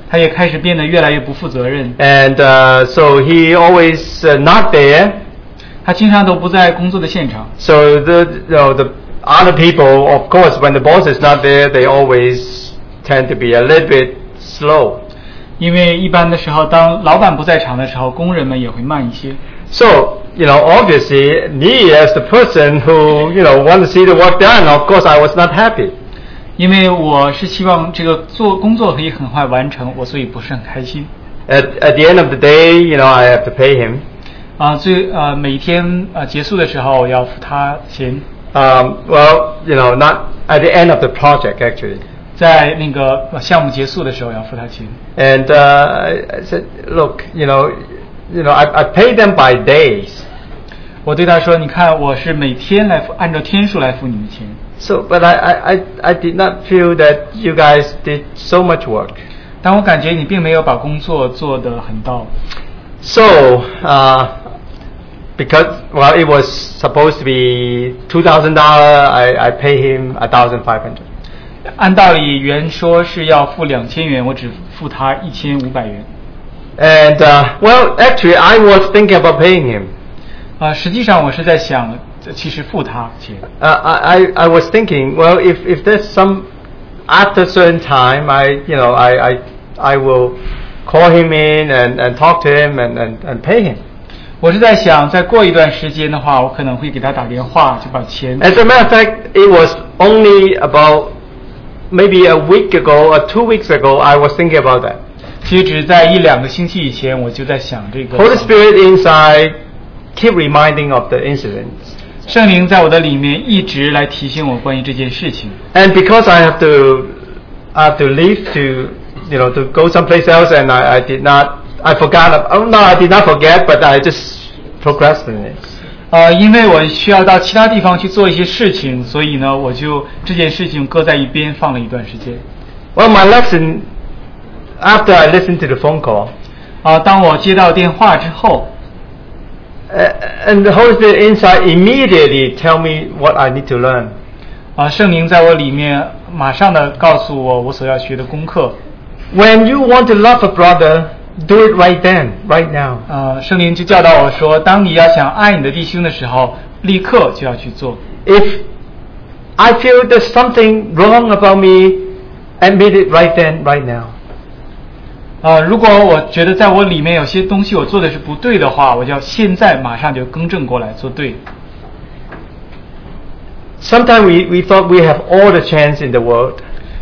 Speaker 2: 他也开始变得越来越不负责任。
Speaker 1: And uh, so he always uh, not there.
Speaker 2: 他经常都不在工作的现场，
Speaker 1: So the you know, the other people, of course, when the boss is not there, they always tend to be a little bit slow.
Speaker 2: 因为一般的时候，当老板不在场的时候，工人们也会慢一些。
Speaker 1: So you know, obviously, me as the person who you know want to see the work done, of course, I was not happy.
Speaker 2: 因为我是希望这个做工作可以很快完成，我所以不是很开心。
Speaker 1: At, at the end of the day, you know, I have to pay him.
Speaker 2: 啊、最呃每天呃结束的时候我要付他钱，
Speaker 1: Um, well, you know, not at the end of the project actually.
Speaker 2: 在那个呃项目结束的时候要付他钱。
Speaker 1: And uh, I- I said, look, you know, you know, I, I pay them by days.
Speaker 2: 我对他说：“你看，我是每天来付，按照天数来付你们钱，
Speaker 1: So, but I, I, I, I did not feel that you guys did so much work.
Speaker 2: 但我感觉你并没有把工作做得很到。
Speaker 1: So, uh, because, well, it was supposed to be $2,000, I, I pay him 1500
Speaker 2: 按道理原说是要付两千元，我只付他一千五百元。
Speaker 1: And, uh, well, actually, I was thinking about paying him.
Speaker 2: 啊、实际上我是在想，呃其实付他钱。
Speaker 1: Uh, I, I, I was thinking, well, if, if there's some, after a certain time, I, you know, I, I, I will call him in and, and talk to him and, and, and pay him.
Speaker 2: 我是在想，再过一段时间的话，我可能会给他打电话，就把钱。
Speaker 1: As a matter of fact, it was only about maybe a week ago or two weeks ago I was thinking about that.
Speaker 2: 其实只在一两个星期以前，我就在想这个。
Speaker 1: Holy Spirit inside keep reminding of the incidents.
Speaker 2: 圣灵在我的里面一直来提醒我关于这件事情。
Speaker 1: And because I have to I have to leave to you know to go someplace else and I, I did not I forgot oh no I did not forget but I just procrastinate.
Speaker 2: 呃，因为我需要到其他地方去做一些事情，所以呢，我就这件事情搁在一边放了一段时间。
Speaker 1: Well my lesson after I listened to the phone call
Speaker 2: 啊、当我接到电话之后，
Speaker 1: uh, and the Holy Spirit inside immediately tell me what I need to learn.
Speaker 2: 啊、圣灵在我里面马上的告诉我我所要学的功课。
Speaker 1: When you want to love a brother, do it right then, right now.
Speaker 2: 呃，圣灵就教导我说，当你要想爱你的弟兄的时候，立刻就要去做。
Speaker 1: If I feel there's something wrong about me, admit it right then, right now.
Speaker 2: 呃，如果我觉得在我里面有些东西我做的是不对的话，我就要现在马上就更正过来做对。
Speaker 1: Sometimes we, we thought we have all the chance in the world.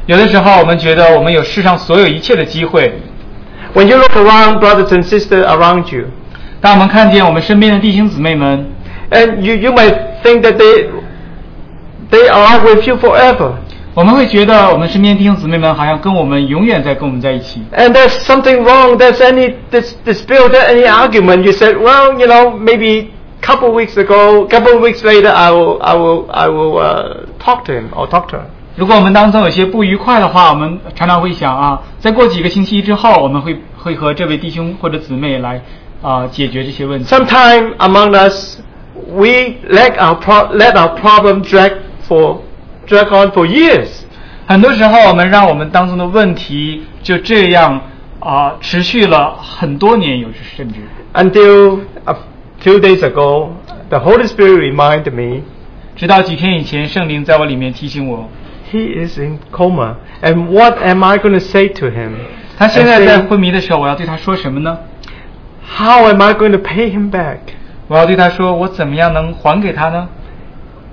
Speaker 2: 有的时候我们觉得我们有世上所有一切的机会，
Speaker 1: When you look around, brothers and sisters around you,
Speaker 2: 当我们看见我们身边的弟兄姊妹们，
Speaker 1: And you, you might think that they, they are with you forever.
Speaker 6: 我们会觉得我们身边弟兄姊妹们好像跟我们永远在跟我们在一起。
Speaker 1: And there's something wrong, there's any dis- dispute, there's any argument. You said, well, you know, maybe couple weeks ago, couple weeks later, I will, I will, I will uh, talk to him or talk to her.
Speaker 6: 如果我们当中有些不愉快的话，我们常常会想啊，再过几个星期之后，我们会会和这位弟兄或者姊妹来啊、解决这些问题。
Speaker 1: Sometime among us, we let our, pro- let our problem drag, for, drag on for years.
Speaker 6: 很多时候，我们让我们当中的问题就这样啊、持续了很多年，有时甚至
Speaker 1: Until a few days ago, the Holy Spirit reminded me
Speaker 6: 直到几天以前，圣灵在我里面提醒我，
Speaker 1: he is in coma, and what am I going to say to him?
Speaker 6: 他现在在
Speaker 1: And
Speaker 6: 昏迷的时候，我要对他说什么呢？
Speaker 1: How am I going to pay him back?
Speaker 6: 我要对他说，我怎么样能还给他呢？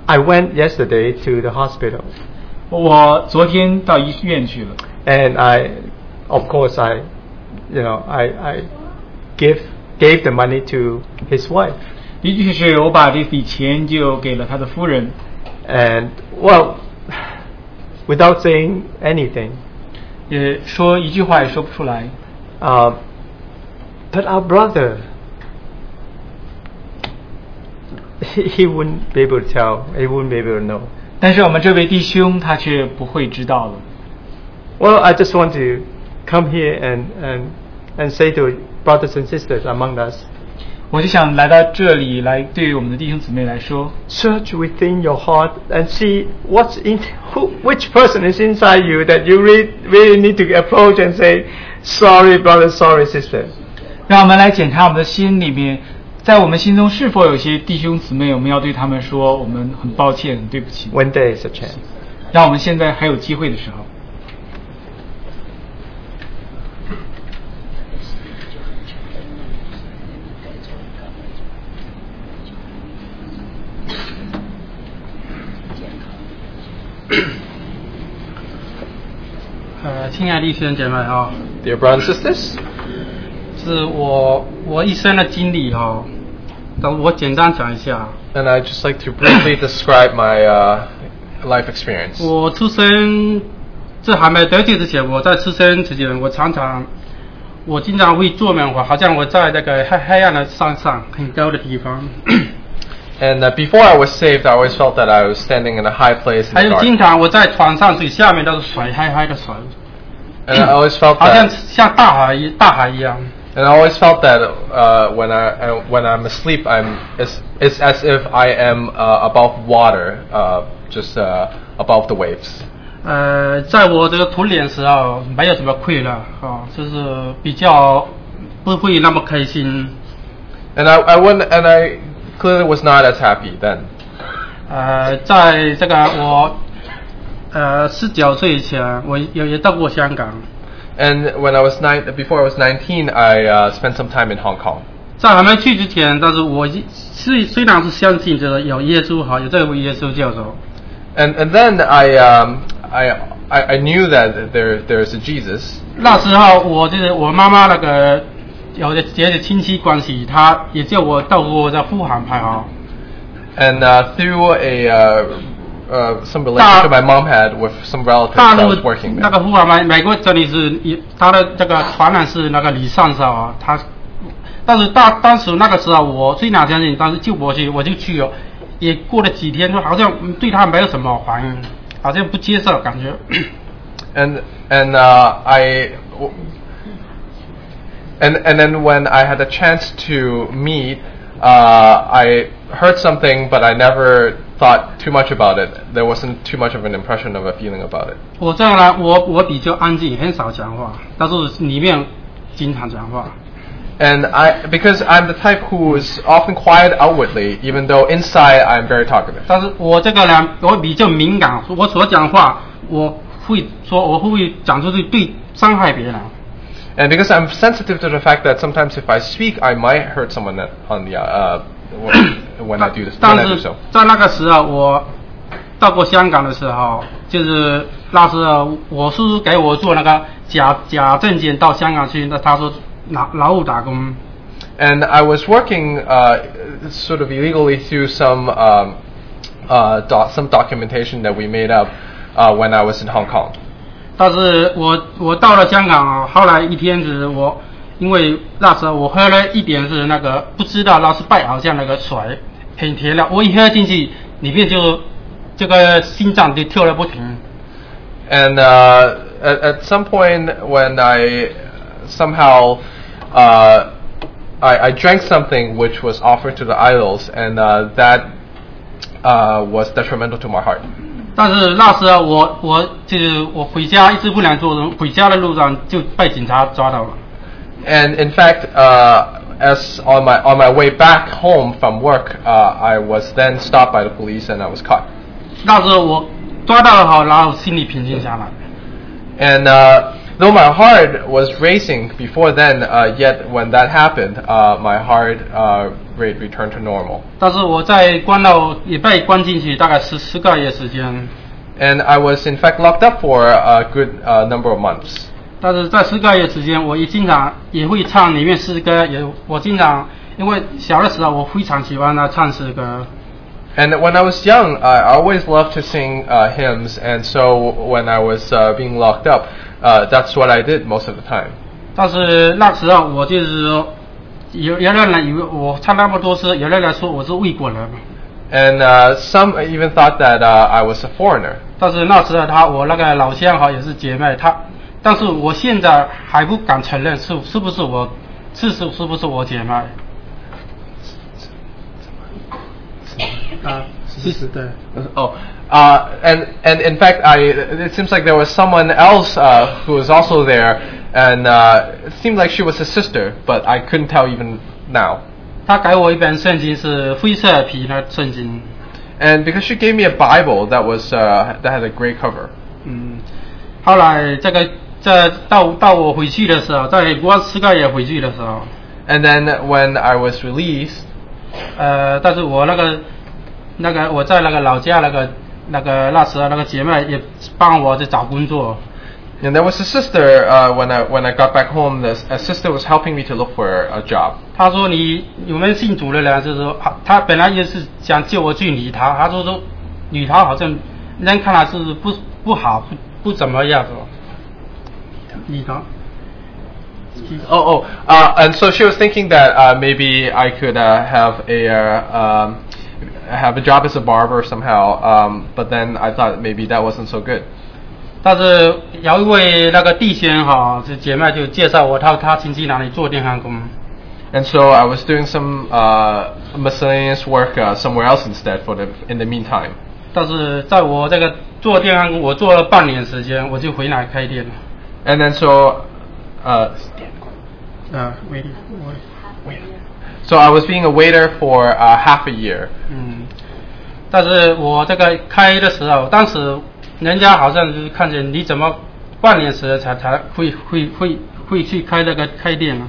Speaker 1: I went yesterday to the hospital,
Speaker 6: 我昨天到医院去了，
Speaker 1: and I, of course, I, you know, I, I give gave the money to his wife,
Speaker 6: 的确是我把这笔钱就给了他的夫人。
Speaker 1: and well, without saying anything,
Speaker 6: 也说一句话也说不出来。
Speaker 1: uh, but our brother. He, he wouldn't be able to tell. He wouldn't be able to know.
Speaker 6: 但是我们这位弟兄他却不会知道了。
Speaker 1: Well, I just want to come here and, and, and say to brothers and sisters among us
Speaker 6: 我就想来到这里来，对于我们的弟兄姊妹来说，
Speaker 1: search within your heart and see what's in, who, which person is inside you that you really, really need to approach and say, sorry, brother, sorry, sister.
Speaker 6: 让我们来检查我们的心里面，在我们心中是否有些弟兄姊妹，我们要对他们说，我们很抱歉，很对不起。
Speaker 1: When there is a chance.
Speaker 6: 让我们现在还有机会的时候，
Speaker 2: 呃，亲爱的弟兄姐妹哈、
Speaker 7: Dear brothers and sisters,
Speaker 2: 是我我一生的经历哈、等我简单讲一下。啊
Speaker 7: and I'd just like to briefly describe my uh, life experience.
Speaker 2: 我出生，这还没得救之前，我在出生之前，我常常，我经常会做梦，我好像我在那个黑黑暗的山上，很高的地方，
Speaker 7: And uh, before I was saved, I always felt that I was standing in a high place in
Speaker 2: 还
Speaker 7: the
Speaker 2: 有
Speaker 7: dark.
Speaker 2: 经常我在床上最下面都是水，黑黑的水，
Speaker 7: And I always felt
Speaker 2: 好像
Speaker 7: that,
Speaker 2: 像大海一大海一样。
Speaker 7: and I always felt that uh, when I, I when I'm asleep, I'm it's, it's as if I am uh, above water, uh, just uh, above the waves.
Speaker 2: 呃，在我这个童年时候没有什么快乐啊，就是比较不会那么开心。
Speaker 7: And I, I wouldn't, and I clearly was not as happy then.
Speaker 2: 呃，在这个我呃十九岁以前，我有也到过香港，
Speaker 7: And when I was nine, before I was 19, I uh, spent some time in Hong Kong.
Speaker 2: 在还没去之前，但是我一虽虽然是相信这个有耶稣哈，有这位耶稣教授，
Speaker 7: And and then I um, I, I I knew that there there's a Jesus.
Speaker 2: 那时候我就是我妈妈那个有的姐的亲戚关系，他也叫我到我的护航派哦。
Speaker 7: And uh, through a uh, uh, some relationship my mom had with some relatives
Speaker 2: 大
Speaker 7: that
Speaker 2: 陆
Speaker 7: was working
Speaker 2: 那
Speaker 7: there.
Speaker 2: 个护航派，美国这里是也他的这个传染是那个李尚少啊，他，但是大当时那个时候我虽然相信，但是救不去，我就去了，也过了几天，就好像对他没有什么反应，好像不接受感觉。
Speaker 7: And and uh, I. w- And and then when I had a chance to meet, uh, I heard something, but I never thought too much about it. There wasn't too much of an impression of a feeling about it.
Speaker 2: 我这个人，我我比较安静，很少讲话，但是里面经常讲话。
Speaker 7: And I, because I'm the type who is often quiet outwardly, even though inside I'm very talkative.
Speaker 2: 但是我这个人，我比较敏感，我所讲话，我会说，我会讲出去对伤害别人。
Speaker 7: And because I'm sensitive to the fact that sometimes if I speak, I might hurt someone that- on the uh, when- when I do this.
Speaker 2: 但
Speaker 7: When I do
Speaker 2: 是
Speaker 7: so.
Speaker 2: 在那个时候，我到过香港的时候，就是那时候我叔叔给我做那个假假证件到香港去，那他说劳劳务打工。
Speaker 7: And I was working uh, sort of illegally through some um, uh, doc- some documentation that we made up uh, when I was in Hong Kong.
Speaker 2: 但是我我到了香港啊，后来一天子我因为那时候我喝了一点是那个不知道那是拜偶像那个水，很甜的，我一喝进去里面就这个心脏就跳了不停。
Speaker 7: And uh, at, at some point, when I somehow uh, I, I drank something which was offered to the idols, and uh, that uh, was detrimental to my heart.
Speaker 2: 但是那时候我我就是啊我回家一直不能做人，回家的路上就被警察抓到了。
Speaker 7: And in fact, uh, as on my on my way back home from work, uh, I was then stopped by the police and I was caught.
Speaker 2: 那时候我抓到了后，然后心里平静下来。
Speaker 7: And uh, though my heart was racing before then, uh, yet when that happened, uh, my heart uh, rate returned to normal.
Speaker 2: 但是我在关到也被关进去大概十十个月时间，
Speaker 7: And I was in fact locked up for a good uh, number of months.
Speaker 2: 但是在十个月时间，我也经常也会唱里面诗歌，也我经常因为小的时候我非常喜欢他唱诗歌，
Speaker 7: And when I was young, I always loved to sing uh, hymns, and so when I was uh, being locked up, uh, that's what I did most of the time.
Speaker 2: 但是那时候我就是说有有的人以为我唱那么多诗，有的人说我是外国人，
Speaker 7: And uh, some even thought that uh, I was a foreigner.
Speaker 2: 但是那时候他我那个老乡哈也是姐妹，她，但是我现在还不敢承认是是不是我，是是是不是我姐妹？啊，是是对。
Speaker 7: Oh, uh, and and in fact, I it seems like there was someone else uh, who was also there, and uh, it seemed like she was his sister, but I couldn't tell even now.
Speaker 2: 他给我一本圣经，是灰色皮的圣经。
Speaker 7: And because she gave me a Bible that was uh, that had a gray cover,
Speaker 2: 嗯，后来这个这到到我回去的时候，在我四个月回去的时候，
Speaker 7: and then when I was released,
Speaker 2: 呃，但是我那个那个我在那个老家那个那个那时候那个姐妹也帮我在找工作。
Speaker 7: and there was a sister uh, when I when I got back home. The, a sister was helping me to look for a job.
Speaker 2: 他说你有没有信主的人？就是说他他本来也是想叫我去理他，他说说理他好像人家看来是不不好不不怎么样的，理他。
Speaker 7: Oh, oh, uh, and so she was thinking that uh, maybe I could uh, have a uh, um, have a job as a barber somehow. Um, but then I thought maybe that wasn't so good.
Speaker 2: 但是有一位那个弟兄哈，这姐妹就介绍我到他亲戚那里做电焊工，
Speaker 7: And so I was doing some uh, miscellaneous work uh, somewhere else instead for the in the meantime.
Speaker 2: 但是在我这个做电焊工，我做了半年时间，我就回来开店了。
Speaker 7: And then so, uh,
Speaker 2: 嗯，没我
Speaker 7: so I was being a waiter for uh, half a year.
Speaker 2: 嗯，但是我这个开的时候，当时人家好像就是看见你怎么半年时才才会会会会去开那个开店呢？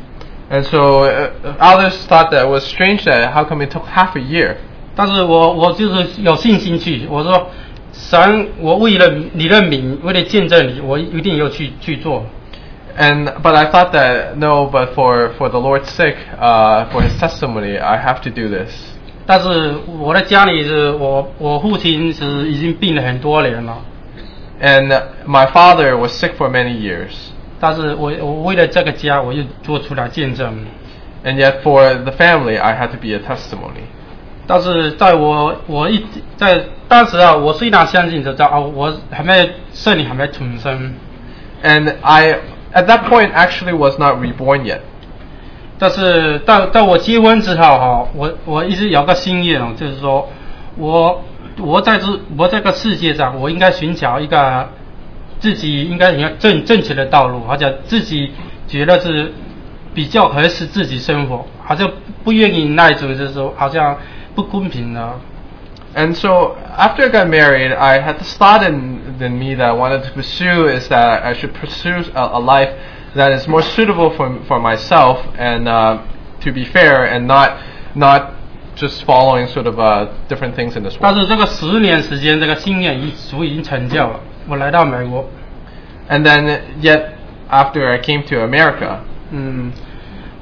Speaker 7: And so uh, others thought that it was strange that how come it took half a year.
Speaker 2: 但是我我就是有信心去，我说神，我为了你的名，为了见证你，我一定要去去做。
Speaker 7: And but I thought that no, but for for the Lord's sake, uh, for His testimony, I have to do this.
Speaker 2: 但是我的家里是我我父亲是已经病了很多年了，
Speaker 7: And my father was sick for many years,
Speaker 2: 但是我我为了这个家，我又做出来见证。
Speaker 7: and yet for the family, I had to be a testimony.
Speaker 2: 但是在我我一在当时啊，我虽然相信这道啊，我还没圣灵还没重生，
Speaker 7: And I at that point actually was not reborn yet.
Speaker 2: 但是到到我结婚之后哈、我我一直有个心愿哦，就是说我我在这我这个世界上，我应该寻找一个自己应该一个正正确的道路，或者自己觉得是比较合适自己生活，好像不愿意那一种就是说好像不公平的。
Speaker 7: And so after I got married, I had this thought in, in me that I wanted to pursue is that I should pursue a, a life that is more suitable for, for myself and uh, to be fair and not not just following sort of uh, different things in this
Speaker 2: 但是
Speaker 7: world.
Speaker 2: 这个十年时间，这个心愿已足已经成就了。我来到美国，
Speaker 7: And then yet after I came to America,
Speaker 2: 嗯，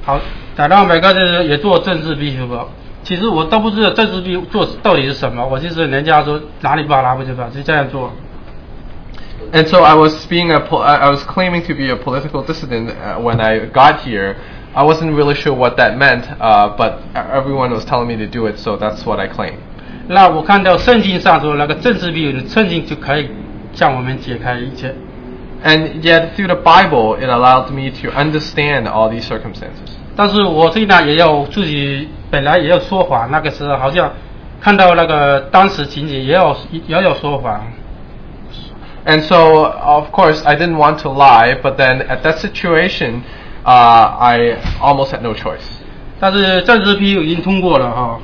Speaker 2: 好，讲到美国就是也做政治庇护了。其实我都不知道政治庇护做到底是什么，我就是人家说哪里不好哪里不好，就这样做。
Speaker 7: And so I was being a pol- I I was claiming to be a political dissident uh, when I got here. I wasn't really sure what that meant, uh, but e- everyone was telling me to do it, so that's what I claim.
Speaker 2: 那我看到圣经上说那个政治庇护，圣经就可以向我们解开一切。
Speaker 7: And yet, through the Bible, it allowed me to understand all these circumstances.
Speaker 2: 但是我虽然也有自己本来也有说谎，那个时候好像看到那个当时情景也有也有说谎。
Speaker 7: And so, of course, I didn't want to lie, but then at that situation, uh, I almost had no choice.
Speaker 2: 但是政治庇护已经通过了哈、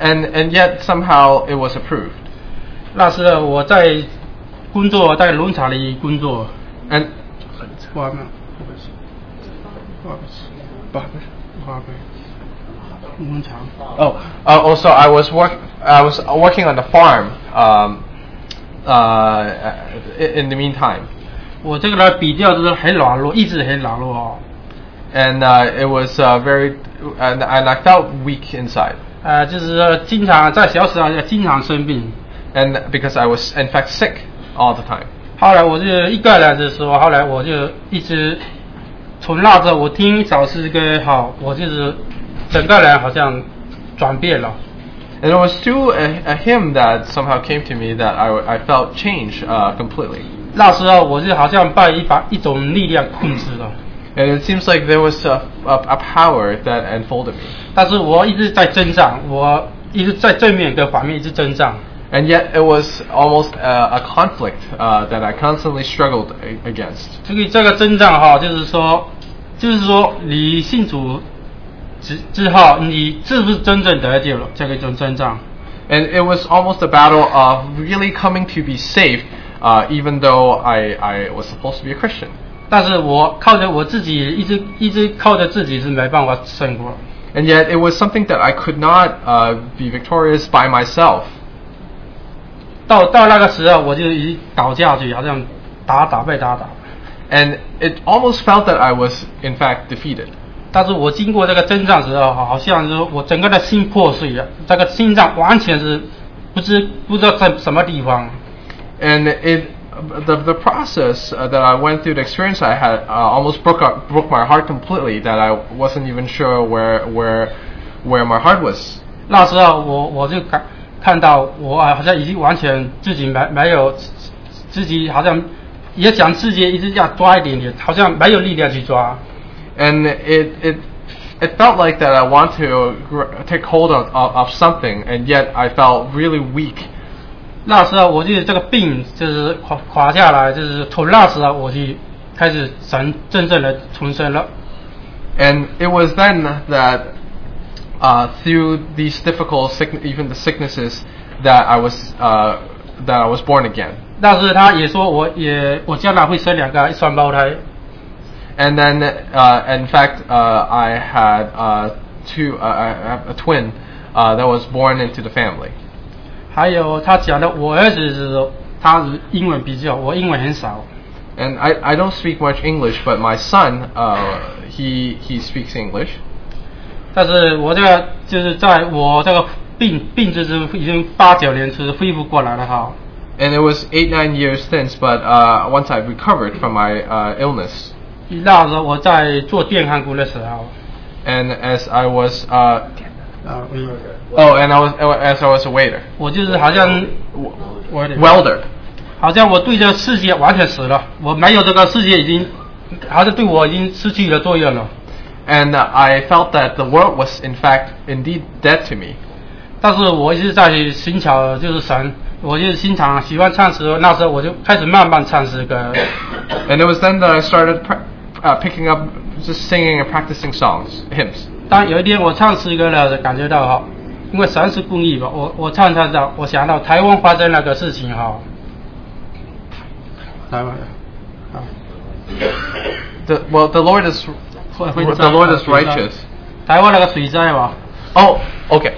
Speaker 7: And, and yet, somehow, it was approved.
Speaker 2: 那时候我在工作，在农场里工作，
Speaker 7: And,
Speaker 2: 我们我不我不农场
Speaker 7: oh, uh, also, I was, work, I was working on the farm um, uh, i- in the meantime.
Speaker 2: 我这个人比较就是很软弱，一直很软弱哦。
Speaker 7: And uh, it was uh, very, and, and I felt weak inside.
Speaker 2: 呃，就是经常在小时候也经常生病，
Speaker 7: And because I was, in fact, sick all the time.
Speaker 2: 后来我就一个人的时候，后来我就一直从那时候我听小诗歌好，我就是整个人好像转变了。
Speaker 7: And it was through a, a hymn that somehow came to me that I, I felt change uh, completely.
Speaker 2: 那时候我就好像被一把一种力量控制了，
Speaker 7: And it seems like there was a, a, a power that enfolded me.
Speaker 2: 但是我一直在增长，我一直在正面跟反面一直增长。
Speaker 7: And yet it was almost a, a conflict uh, that I constantly struggled a- against.
Speaker 2: 这个这个增长哈，就是说，就是说你信主之之后，你是不是真正得救了？这个一种增长。
Speaker 7: And it was almost a battle of really coming to be saved, uh, even though I, I was supposed to be a Christian.
Speaker 2: 但是我靠着我自己，一直一直靠着自己是没办法胜过。
Speaker 7: And yet it was something that I could not uh, be victorious by myself.
Speaker 2: 到到那个时候，我就一倒下去，好像打打被打打。
Speaker 7: And it almost felt that I was, in fact, defeated.
Speaker 2: 但是我经过这个征战时候，好像是我整个的心破碎了，这个心脏完全是不知不知道在什么地方。
Speaker 7: and it the, the process uh, that I went through, the experience I had, uh, almost broke up, broke my heart completely. That I wasn't even sure where where where my heart was.
Speaker 2: 那时候我我就看看到我好像已经完全自己没没有自己好像也想自己一直要抓一点点，好像没有力量去抓。
Speaker 7: And it it it felt like that I want to gr- take hold of, of, of something, and yet I felt really weak.
Speaker 2: 那时候我就这个病就是垮垮下来，就是从那时候我就开始神真正的重生了。
Speaker 7: And it was then that uh, through these difficult, sick, even the sicknesses, that I was uh, that I was born again.
Speaker 2: 但是他也说我也我将来会生两个双胞胎，
Speaker 7: And then, uh, in fact, uh, I had uh, two, uh, I have a twin uh, that was born into the family.
Speaker 2: 还有他讲的我儿子是说他是英文比较，我英文很少，
Speaker 7: And I, I don't speak much English, but my son, uh, he, he speaks English.
Speaker 2: 但是我这个就是在我这个病病之中已经八九年就是恢复过来了哈。
Speaker 7: And it was eight, nine years since, but uh, once I recovered from my uh, illness,
Speaker 2: 那时候我在做健康工的时候，
Speaker 7: and as I was, uh,
Speaker 2: 啊，嗯
Speaker 7: oh, and I was, as I was a waiter,
Speaker 2: 我就是好像我我有点
Speaker 7: welder.
Speaker 2: 好像我对这个世界完全死了，我没有这个世界已经，好像对我已经失去了作用了。
Speaker 7: And uh, I felt that the world was, in fact, indeed dead to me.
Speaker 2: 但是我一直在寻找就是神，我就经常喜欢唱诗歌，那时候我就开始慢慢唱诗歌。
Speaker 7: And it was then that I started pra- uh, picking up, just singing and practicing songs, hymns.
Speaker 2: 当有一天我唱诗歌了，感觉到哈，因为神是公义吧，我我唱唱唱，我想到台湾发生那个事情哈。台湾，啊，
Speaker 7: The, well, the Lord is,
Speaker 2: 会会
Speaker 7: the Lord is righteous.
Speaker 2: 台湾那个水灾吧，
Speaker 7: Oh, okay.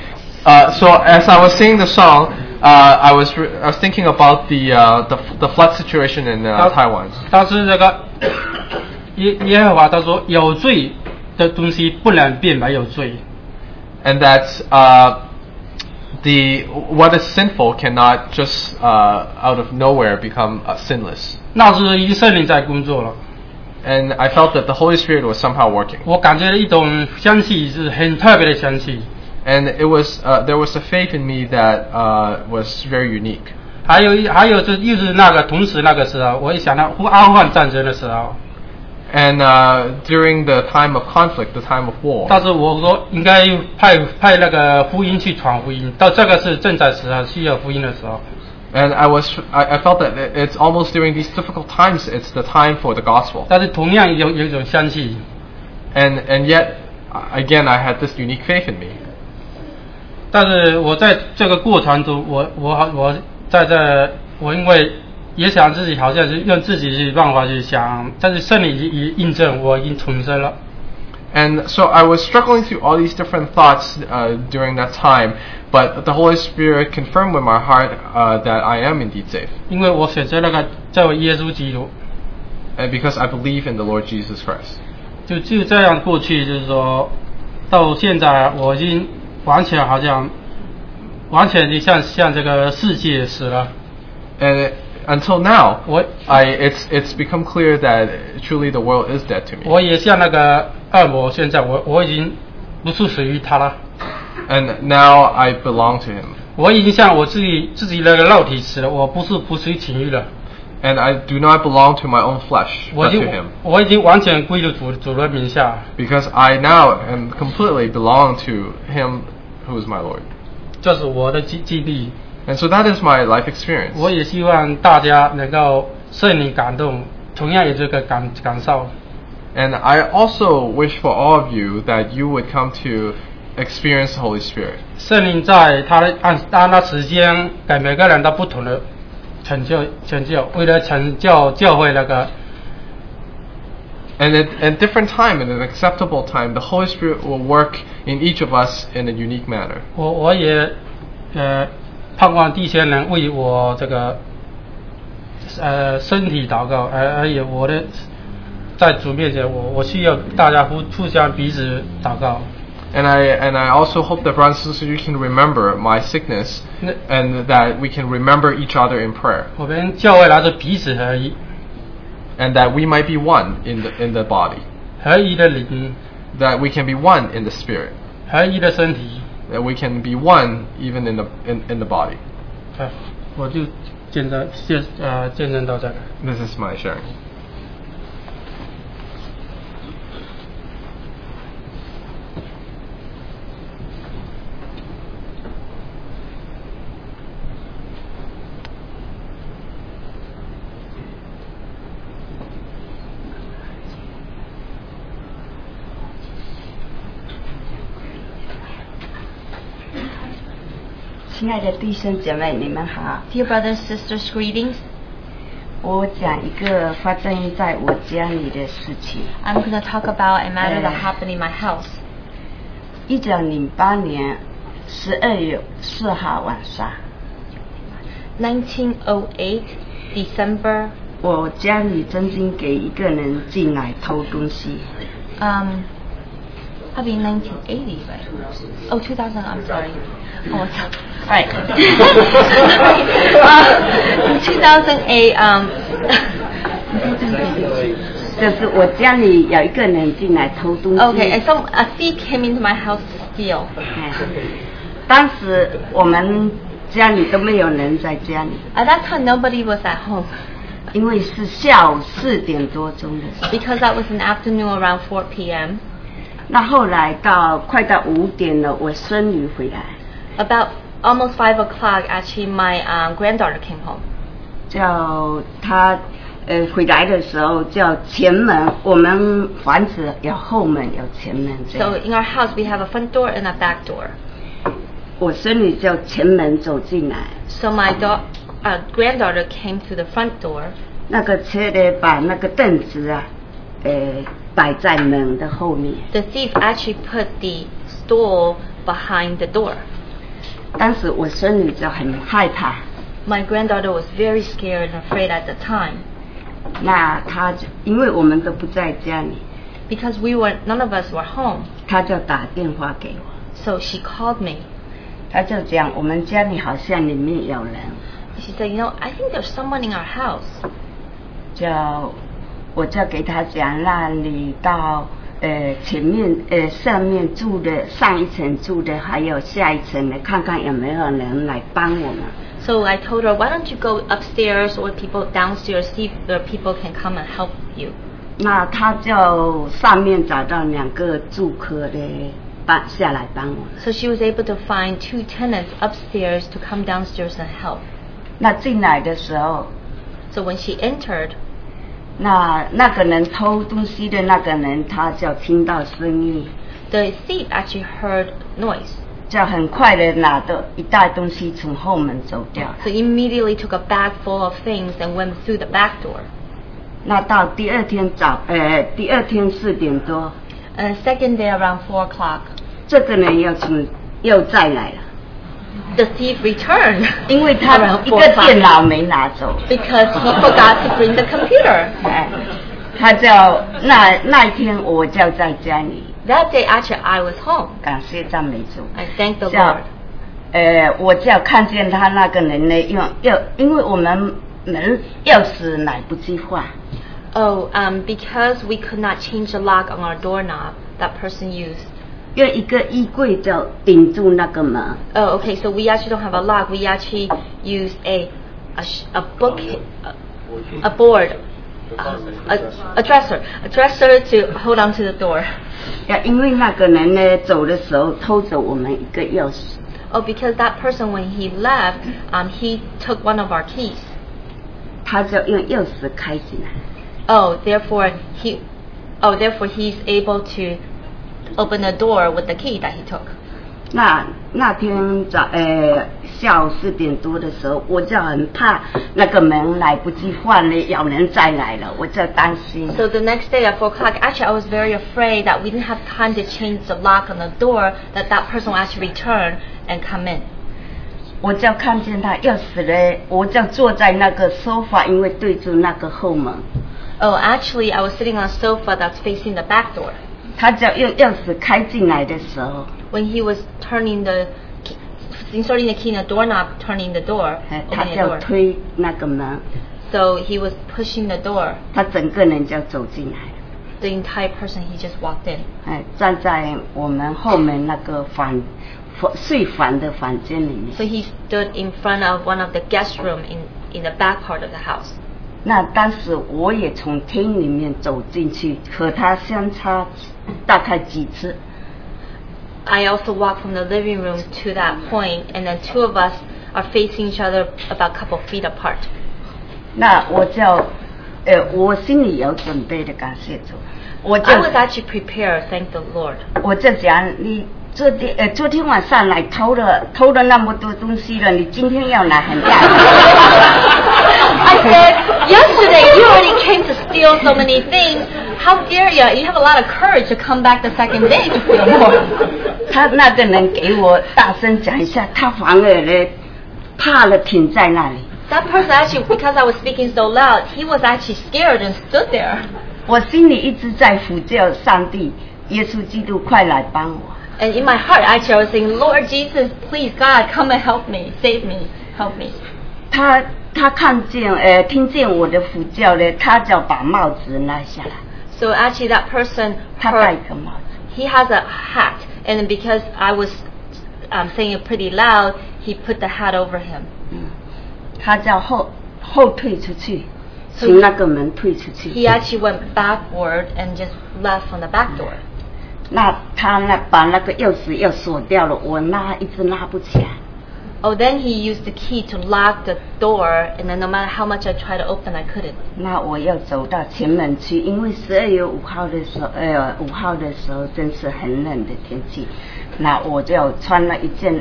Speaker 7: Uh, so as I was singing the song, uh, I was re- I was thinking about the uh, the, f- the flood situation in uh,
Speaker 2: 当
Speaker 7: Taiwan.
Speaker 2: 当时这个耶耶和华他说有罪的东西不能变没有罪。
Speaker 7: and that uh, the what is sinful cannot just uh, out of nowhere become uh, sinless.
Speaker 2: 那是一圣灵在工作了，
Speaker 7: And I felt that the Holy Spirit was somehow working,
Speaker 2: 我感觉一种香气是很特别的香气。
Speaker 7: and it was uh, there was a faith in me that uh, was very unique.
Speaker 2: 还有一还有就又是那个同时那个时候，我一想到阿富汗战争的时候，
Speaker 7: And uh, during the time of conflict, the time of war,
Speaker 2: 但是我说应该派派那个福音去传福音，到这个是正在时候需要福音的时候。
Speaker 7: and I was I, I felt that it- it's almost during these difficult times, it's the time for the gospel.
Speaker 2: 但是同样有有一种香气，
Speaker 7: And and yet, uh, again, I had this unique faith in me.
Speaker 2: 但是我在这个过程中，我我好我在这我因为也想自己好像是用自己去办法去想，但是圣灵已已印证我已经重生了。
Speaker 7: And so I was struggling through all these different thoughts uh, during that time, but the Holy Spirit confirmed with my heart uh, that I am indeed safe,
Speaker 2: 因为我选择那个叫耶稣基督，
Speaker 7: and because I believe in the Lord Jesus Christ.
Speaker 2: 就就这样过去，就是说到现在，我已经完全好像完全就像像这个世界死了。
Speaker 7: And until now,
Speaker 2: 我
Speaker 7: I it's it's become clear that truly the world is dead to me,
Speaker 2: 我也像那个恶魔，现在我我已经不是属于他了，
Speaker 7: and now I belong to Him,
Speaker 2: 我已经像我自己自己那个肉体死了，我不是不随情欲了，
Speaker 7: and I do not belong to my own flesh,
Speaker 2: 我
Speaker 7: but
Speaker 2: 已
Speaker 7: to
Speaker 2: 经
Speaker 7: Him,
Speaker 2: 我已经完全归入主主的名下。
Speaker 7: because I now am completely belong to Him, who is my Lord.
Speaker 2: 这是我的基基地，
Speaker 7: And so that is my life experience.
Speaker 2: 我也希望大家能够圣灵感动，同样有这个感感受。
Speaker 7: And I also wish for all of you that you would come to experience the Holy Spirit.
Speaker 2: 圣灵在他的按按那时间给每个人都不同的成就成就，为了成就教会那个，
Speaker 7: And at, at different time, at an acceptable time, the Holy Spirit will work in each of us in a unique manner.
Speaker 2: 我我也呃盼望弟兄能为我这个呃身体祷告，而而且我的在主面前，我我需要大家互互相彼此祷告。
Speaker 7: And I and I also hope that brothers and sisters you can remember my sickness
Speaker 2: 那
Speaker 7: and that we can remember each other in prayer
Speaker 2: 我们教会来自彼此合一，
Speaker 7: and that we might be one in the in the body,
Speaker 2: 合一的灵，
Speaker 7: that we can be one in the spirit,
Speaker 2: 合一的身体。
Speaker 7: that we can be one even in the in, in the body.
Speaker 2: 哎，我就见证见呃见证到这个。
Speaker 7: This is my sharing.
Speaker 8: 亲爱的弟兄姐妹，你们好。
Speaker 4: Dear brothers and sisters, greetings.
Speaker 8: 我讲一个发生在我家里的事情。
Speaker 4: I'm going to talk about a matter that
Speaker 8: Yeah.
Speaker 4: happened in my house.
Speaker 8: 一九零八年十二月四号晚上，
Speaker 4: 1908, December,
Speaker 8: 我家里曾经给一个人进来偷东西，
Speaker 4: um, probably 1980, right? Oh, 2000, I'm sorry. Oh, it's- right. Uh, in 2008, um,
Speaker 8: 就是我家里有一个人进来偷东西。
Speaker 4: okay, and some, a thief came into my house to steal.
Speaker 8: 哎当时我们家里都没有人在家里，
Speaker 4: At that time, nobody was at home
Speaker 8: 因为是下午四点多钟的事。
Speaker 4: because that was an afternoon around 4 p.m.
Speaker 8: 那后来到快到五点了，我孙女回来，
Speaker 4: About almost 5 o'clock, actually, my um, granddaughter came home.
Speaker 8: 叫她呃回来的时候叫前门，我们房子有后门有前门这
Speaker 4: So
Speaker 8: 样。
Speaker 4: in our house, we have a front door and a back door.
Speaker 8: 我孙女叫前门走进来，
Speaker 4: So my da- uh, granddaughter came to the front door.
Speaker 8: 那个车的把那个凳子啊，呃摆在门的后面。
Speaker 4: The thief actually put the stool behind the door.
Speaker 8: 当时我孙女就很害怕，
Speaker 4: My granddaughter was very scared and afraid at the time
Speaker 8: 那她就因为我们都不在家里，
Speaker 4: because we were none of us were home.
Speaker 8: 他就打电话给我，
Speaker 4: So she called me.
Speaker 8: 他就讲我们家里好像里面有人，
Speaker 4: She said, "You know, I think there's someone in our house."
Speaker 8: 就我就给他讲，那你到呃前面呃上面住的上一层住的还有下一层的，看看有没有人来帮我们。
Speaker 4: So I told her, "Why don't you go upstairs or people downstairs see if the people can come and help you?"
Speaker 8: 那他就上面找到两个住客的帮下来帮我。
Speaker 4: So she was able to find two tenants upstairs to come downstairs and help.
Speaker 8: 那进来的时候，
Speaker 4: So when she entered,
Speaker 8: 那那个人偷东西的那个人，他就听到声音，
Speaker 4: the thief actually heard noise.
Speaker 8: 就很快的拿着一袋东西从后门走掉了。
Speaker 4: So he immediately took a bag full of things and went through the back door.
Speaker 8: 那到第二天早，呃，第二天四点多，
Speaker 4: And the second day around four o'clock,
Speaker 8: 这个人又从又再来了，
Speaker 4: the thief returned
Speaker 8: 因 为他
Speaker 4: around
Speaker 8: 一
Speaker 4: four
Speaker 8: 个电
Speaker 4: o'clock
Speaker 8: 脑没拿走，
Speaker 4: because he forgot to bring the computer.
Speaker 8: 哎， 他就那那一天我就在家里，
Speaker 4: That day, actually, I was home.
Speaker 8: 感谢赞美主。
Speaker 4: I thanked the
Speaker 8: 这样
Speaker 4: Lord.，
Speaker 8: 呃，我只有看见他那个人呢，用又因为我们门钥匙来不及换，
Speaker 4: Oh, um, because we could not change the lock on our doorknob that person used.
Speaker 8: 用一个衣柜就顶住那个门，
Speaker 4: Oh, okay. So we actually don't have a lock. We actually use a a, sh- a book, a, a board, a, a dresser, a dresser to hold on to the door.
Speaker 8: 要因为那个人呢走的时候偷走我们一个钥匙，
Speaker 4: Oh, because that person when he left, um, he took one of our keys.
Speaker 8: 他就用钥匙开进来，
Speaker 4: Oh, therefore he, oh, therefore he's able to open the door with the key that he took.
Speaker 8: 那那天早呃下午四点多的时候，我就很怕那个门来不及换了，有人再来了，我就担心。
Speaker 4: So the next day at four o'clock, actually I was very afraid that we didn't have time to change the lock on the door that that person will actually return and come in.
Speaker 8: 我就看见他钥匙嘞，我就坐在那个沙发，因为对住那个后门，
Speaker 4: Oh, actually, I was sitting on a sofa that's facing the back door.
Speaker 8: 他就用钥匙开进来的时候，
Speaker 4: When he was turning the, key, inserting the key in the doorknob, turning the door,
Speaker 8: 哎，他
Speaker 4: opening
Speaker 8: 就
Speaker 4: the door.
Speaker 8: 推那个门，
Speaker 4: So he was pushing the door.
Speaker 8: 他整个人就走进来了，
Speaker 4: The entire person he just walked in.
Speaker 8: 哎，站在我们后门那个房房睡房的房间里面。
Speaker 4: So he stood in front of one of the guest room in in the back part of the house.
Speaker 8: 那当时我也从厅里面走进去，和他相差大概几次。
Speaker 4: I also walked from the living room to that point, and then two of us are facing each other about a couple feet apart.
Speaker 8: 那我就，呃，我心里有准备的，感谢主。我就
Speaker 4: I was actually prepared, thank the Lord.
Speaker 8: 我就讲你昨天呃昨天晚上来偷了偷了那么多东西了，你今天要来很大。
Speaker 4: I said, yesterday you already came to steal so many things. How dare you? You have a lot of courage to come back the second day to steal more.
Speaker 8: 他那个人给我大声讲一下，他反而呢怕了，停在那里。
Speaker 4: That person actually, because I was speaking so loud, he was actually scared and stood there.
Speaker 8: 我心里一直在呼叫上帝，耶稣基督快来帮我。
Speaker 4: And in my heart, actually, I was saying, Lord Jesus, please, God, come and help me, save me, help me.
Speaker 8: 他他看见呃听见我的呼叫呢，他就把帽子拿下来，
Speaker 4: So actually, that person
Speaker 8: 他戴一
Speaker 4: heard
Speaker 8: 个帽子，
Speaker 4: he has a hat, and then because I was um, saying it pretty loud, he put the hat over him.
Speaker 8: 他叫后后退出去，
Speaker 4: 所以
Speaker 8: 从那个门退出去。
Speaker 4: He actually went backward and just left from the back door.
Speaker 8: 那他那把那个钥匙又锁掉了，我拉一直拉不起来，
Speaker 4: Oh, then he used the key to lock the door, and then no matter how much I tried to open, I couldn't.
Speaker 8: 那我要走到前门去，因为十二月五号的时候，呃，五号的时候真是很冷的天气，那我就穿了一件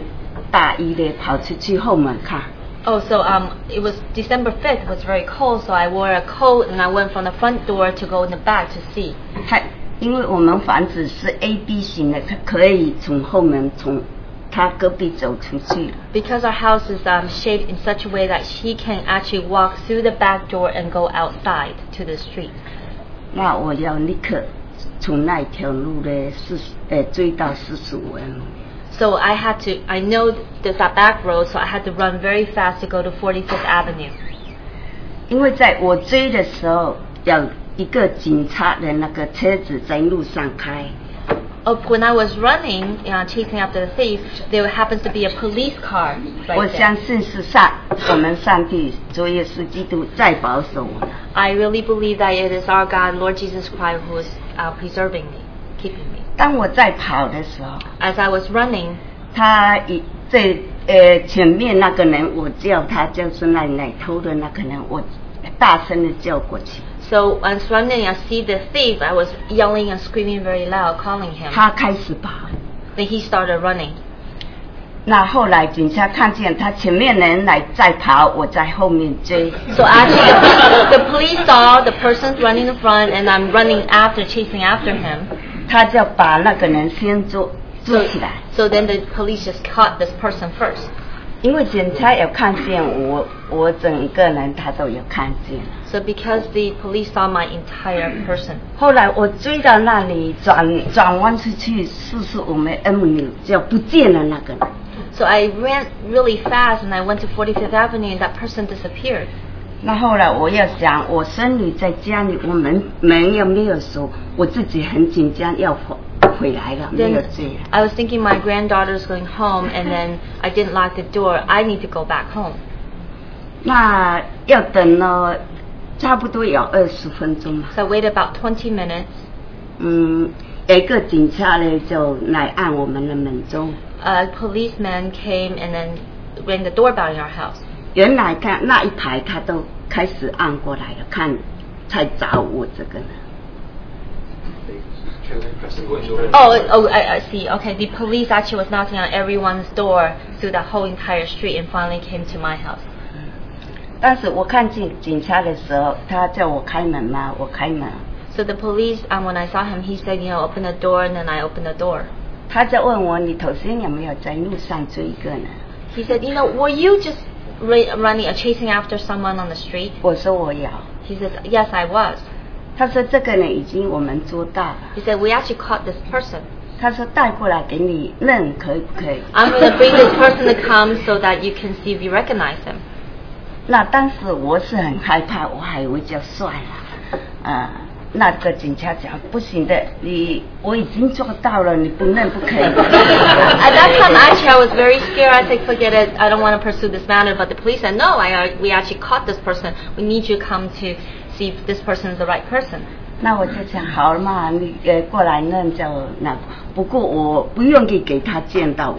Speaker 8: 大衣的跑出去后门看，
Speaker 4: Oh, so um, it was December 5th, it was very cold, so I wore a coat and I went from the front door to go in the back to see.
Speaker 8: 他因为我们房子是 A B 型的，它可以从后门从他隔壁走出去了。
Speaker 4: Because our house is um, shaped in such a way that he can actually walk through the back door and go outside to the street.
Speaker 8: 那我要立刻从那条路的四十呃追到四十五万。
Speaker 4: So I had to, I know there's a back road, so I had to run very fast to go to 45th Avenue.
Speaker 8: 因为在我追的时候，有一个警察的那个车子在路上开，
Speaker 4: Oh, when I was running, uh, chasing after the thief, there happens to be a police car
Speaker 8: 我
Speaker 4: right
Speaker 8: 相
Speaker 4: there.
Speaker 8: 信是上我们上帝主耶稣基督在保守我。
Speaker 4: I really believe that it is our God, Lord Jesus Christ, who is uh, preserving me, keeping me.
Speaker 8: 当我在跑的时候，
Speaker 4: As I was running,
Speaker 8: 他一这呃前面那个人，我叫他就是那奶头的那个人，我大声的叫过去，
Speaker 4: so I was running, I see the thief. I was yelling and screaming very loud, calling him.
Speaker 8: 他开始跑。
Speaker 4: Then he started running.
Speaker 8: 那后来警察看见他前面人来再跑，我在后面追。啊
Speaker 4: So actually, the police saw the person's running in front, and I'm running after, chasing after him.
Speaker 8: 他就把那个人先捉捉
Speaker 4: So,
Speaker 8: 起来，
Speaker 4: so then the police just caught this person first.
Speaker 8: 因为警察有看见我，我整个人他都有看见。
Speaker 4: So because the police saw my entire person.
Speaker 8: 后来我追到那里，转转弯出去四十五米 M 里就不见了那个人。
Speaker 4: So I ran really fast and I went to 45th Avenue and that person disappeared.
Speaker 8: 那后来我要想，我孙女在家里，我门门又没有锁，我自己很紧张，要回回来了，没
Speaker 4: Then
Speaker 8: 有追了。
Speaker 4: I was thinking my granddaughter's going home and then I didn't lock the door. I need to go back home.
Speaker 8: 那要等了差不多有二十分钟吧。
Speaker 4: So I waited about 20 minutes.
Speaker 8: 嗯，有一个警察呢就来按我们的门钟。
Speaker 4: A policeman came and then rang the doorbell in our house.
Speaker 8: 原来他那一排他都开始按过来了，看才找我这个人。
Speaker 4: Oh, oh, I, I see. Okay, the police actually was knocking on everyone's door through the whole entire street and finally came to my house.
Speaker 8: 但是我看见警察的时候，他叫我开门嘛，我开门，
Speaker 4: So the police, um, when I saw him, he said, you know, open the door, and then I opened the door.
Speaker 8: 他就问我你头先有没有在路上追一个人？
Speaker 4: He said, you know, were you just ra- running or chasing after someone on the street?
Speaker 8: 我说我有。
Speaker 4: He says, yes, I was.
Speaker 8: 他说这个人已经我们捉到了。
Speaker 4: He said, we actually caught this person.
Speaker 8: 他说带过来给你认可不可以？
Speaker 4: I'm going to bring this person to come so that you can see if you recognize him.
Speaker 8: 那当时我是很害怕，我还以为就算了，啊、那个警察讲不行的，你我已经做到了，你不认不可以。
Speaker 4: At that time, actually, I was very scared. I said, forget it. I don't want to pursue this matter. But the police said, no, I, we actually caught this person. We need you to come to see if this person is the right person.
Speaker 8: 那我就想，好了嘛，你呃过来认就那，不过我不愿意给他见到我。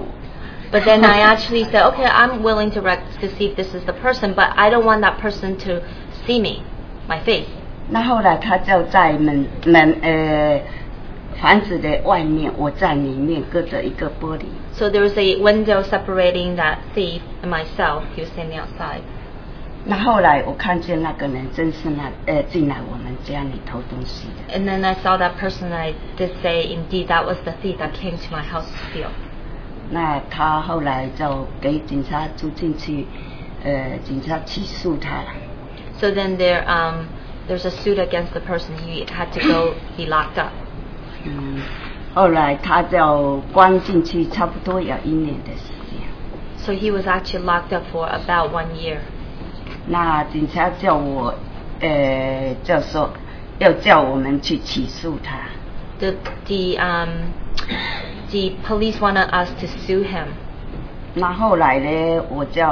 Speaker 4: But then I actually said, okay, I'm willing to, rec- to see if this is the person, but I don't want that person to see me, my face.
Speaker 8: 那后来他就在门门呃房子的外面，我在里面隔着一个玻璃。
Speaker 4: So there was a window separating that thief and myself. He was standing outside.
Speaker 8: 那后来我看见那个人真是那呃进来我们家里偷东西的。
Speaker 4: And then I saw that person. I did say, indeed, that was the thief that came to my house to steal.
Speaker 8: 那他后来就给警察住进去，呃，警察起诉他了。
Speaker 4: So then there, um, there's a suit against the person. He had to go be locked up.
Speaker 8: 嗯，后来他就关进去差不多有一年的时间。
Speaker 4: So he was actually locked up for about one year.
Speaker 8: 那警察叫我，呃，就说要叫我们去起诉他。
Speaker 4: The the um, the police wanted us to sue him.
Speaker 8: 那后来呢，我就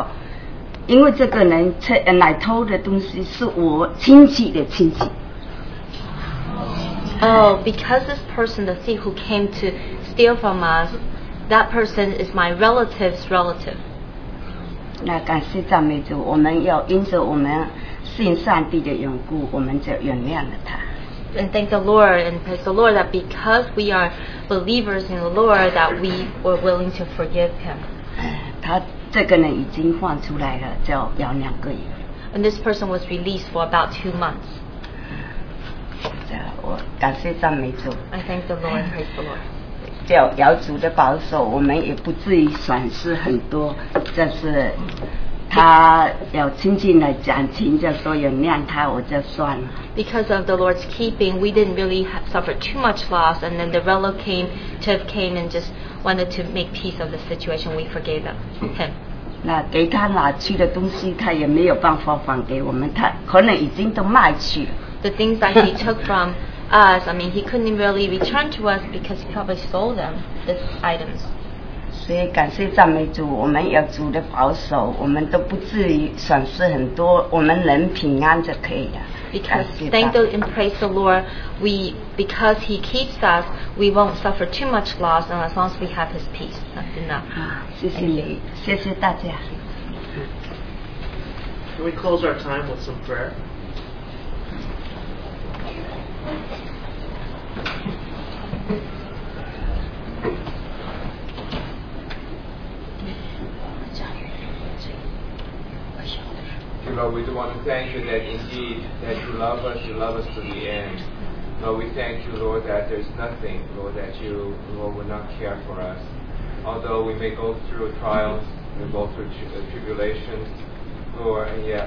Speaker 8: 因为这个人偷呃来偷的东西是我亲戚的亲戚，
Speaker 4: Oh, because this person, the thief who came to steal from us, that person is my relative's relative.
Speaker 8: 那感谢赞美主，我们要因着我们信上帝的缘故，我们就原谅了他。
Speaker 4: And thank the Lord and praise the Lord that because we are believers in the Lord, that we were willing to forgive him.
Speaker 8: 他这个人已经放出来了，就要两个月。
Speaker 4: And this person was released for about two months.
Speaker 8: 这样我感谢赞美主，
Speaker 4: I thank the Lord, praise the Lord.
Speaker 8: 叫瑶族的保守，我们也不至于损失很多，这是他有亲戚来讲亲，就说原谅他，我就算了。
Speaker 4: Because of the Lord's keeping, we didn't really have suffered too much loss, and then the rello came, Tiff came, and just wanted to make peace of the situation. We forgave them, him.
Speaker 8: 那给他拿去的东西，他也没有办法还给我们，他可能已经都卖去了。
Speaker 4: The things that he took from us, I mean, he couldn't really return to us because he probably stole them, the items.
Speaker 8: 所以感谢赞美主，我们有主的保守，我们都不至于损失很多，我们能平安就可以了。感
Speaker 4: Because
Speaker 8: 谢
Speaker 4: thank
Speaker 8: 主
Speaker 4: the and praise the Lord, we because He keeps us, we won't suffer too much loss, and as long as we have His peace, that's enough.
Speaker 8: 啊，谢谢你，谢谢大家。
Speaker 9: Can we close our time with some prayer?
Speaker 10: Lord, we do want to thank you that indeed that you love us, you love us to the end. Lord, we thank you, Lord, that there's nothing, Lord, that you, Lord, will not care for us. Although we may go through trials, we go through tri- uh, tribulations, Lord, and yet,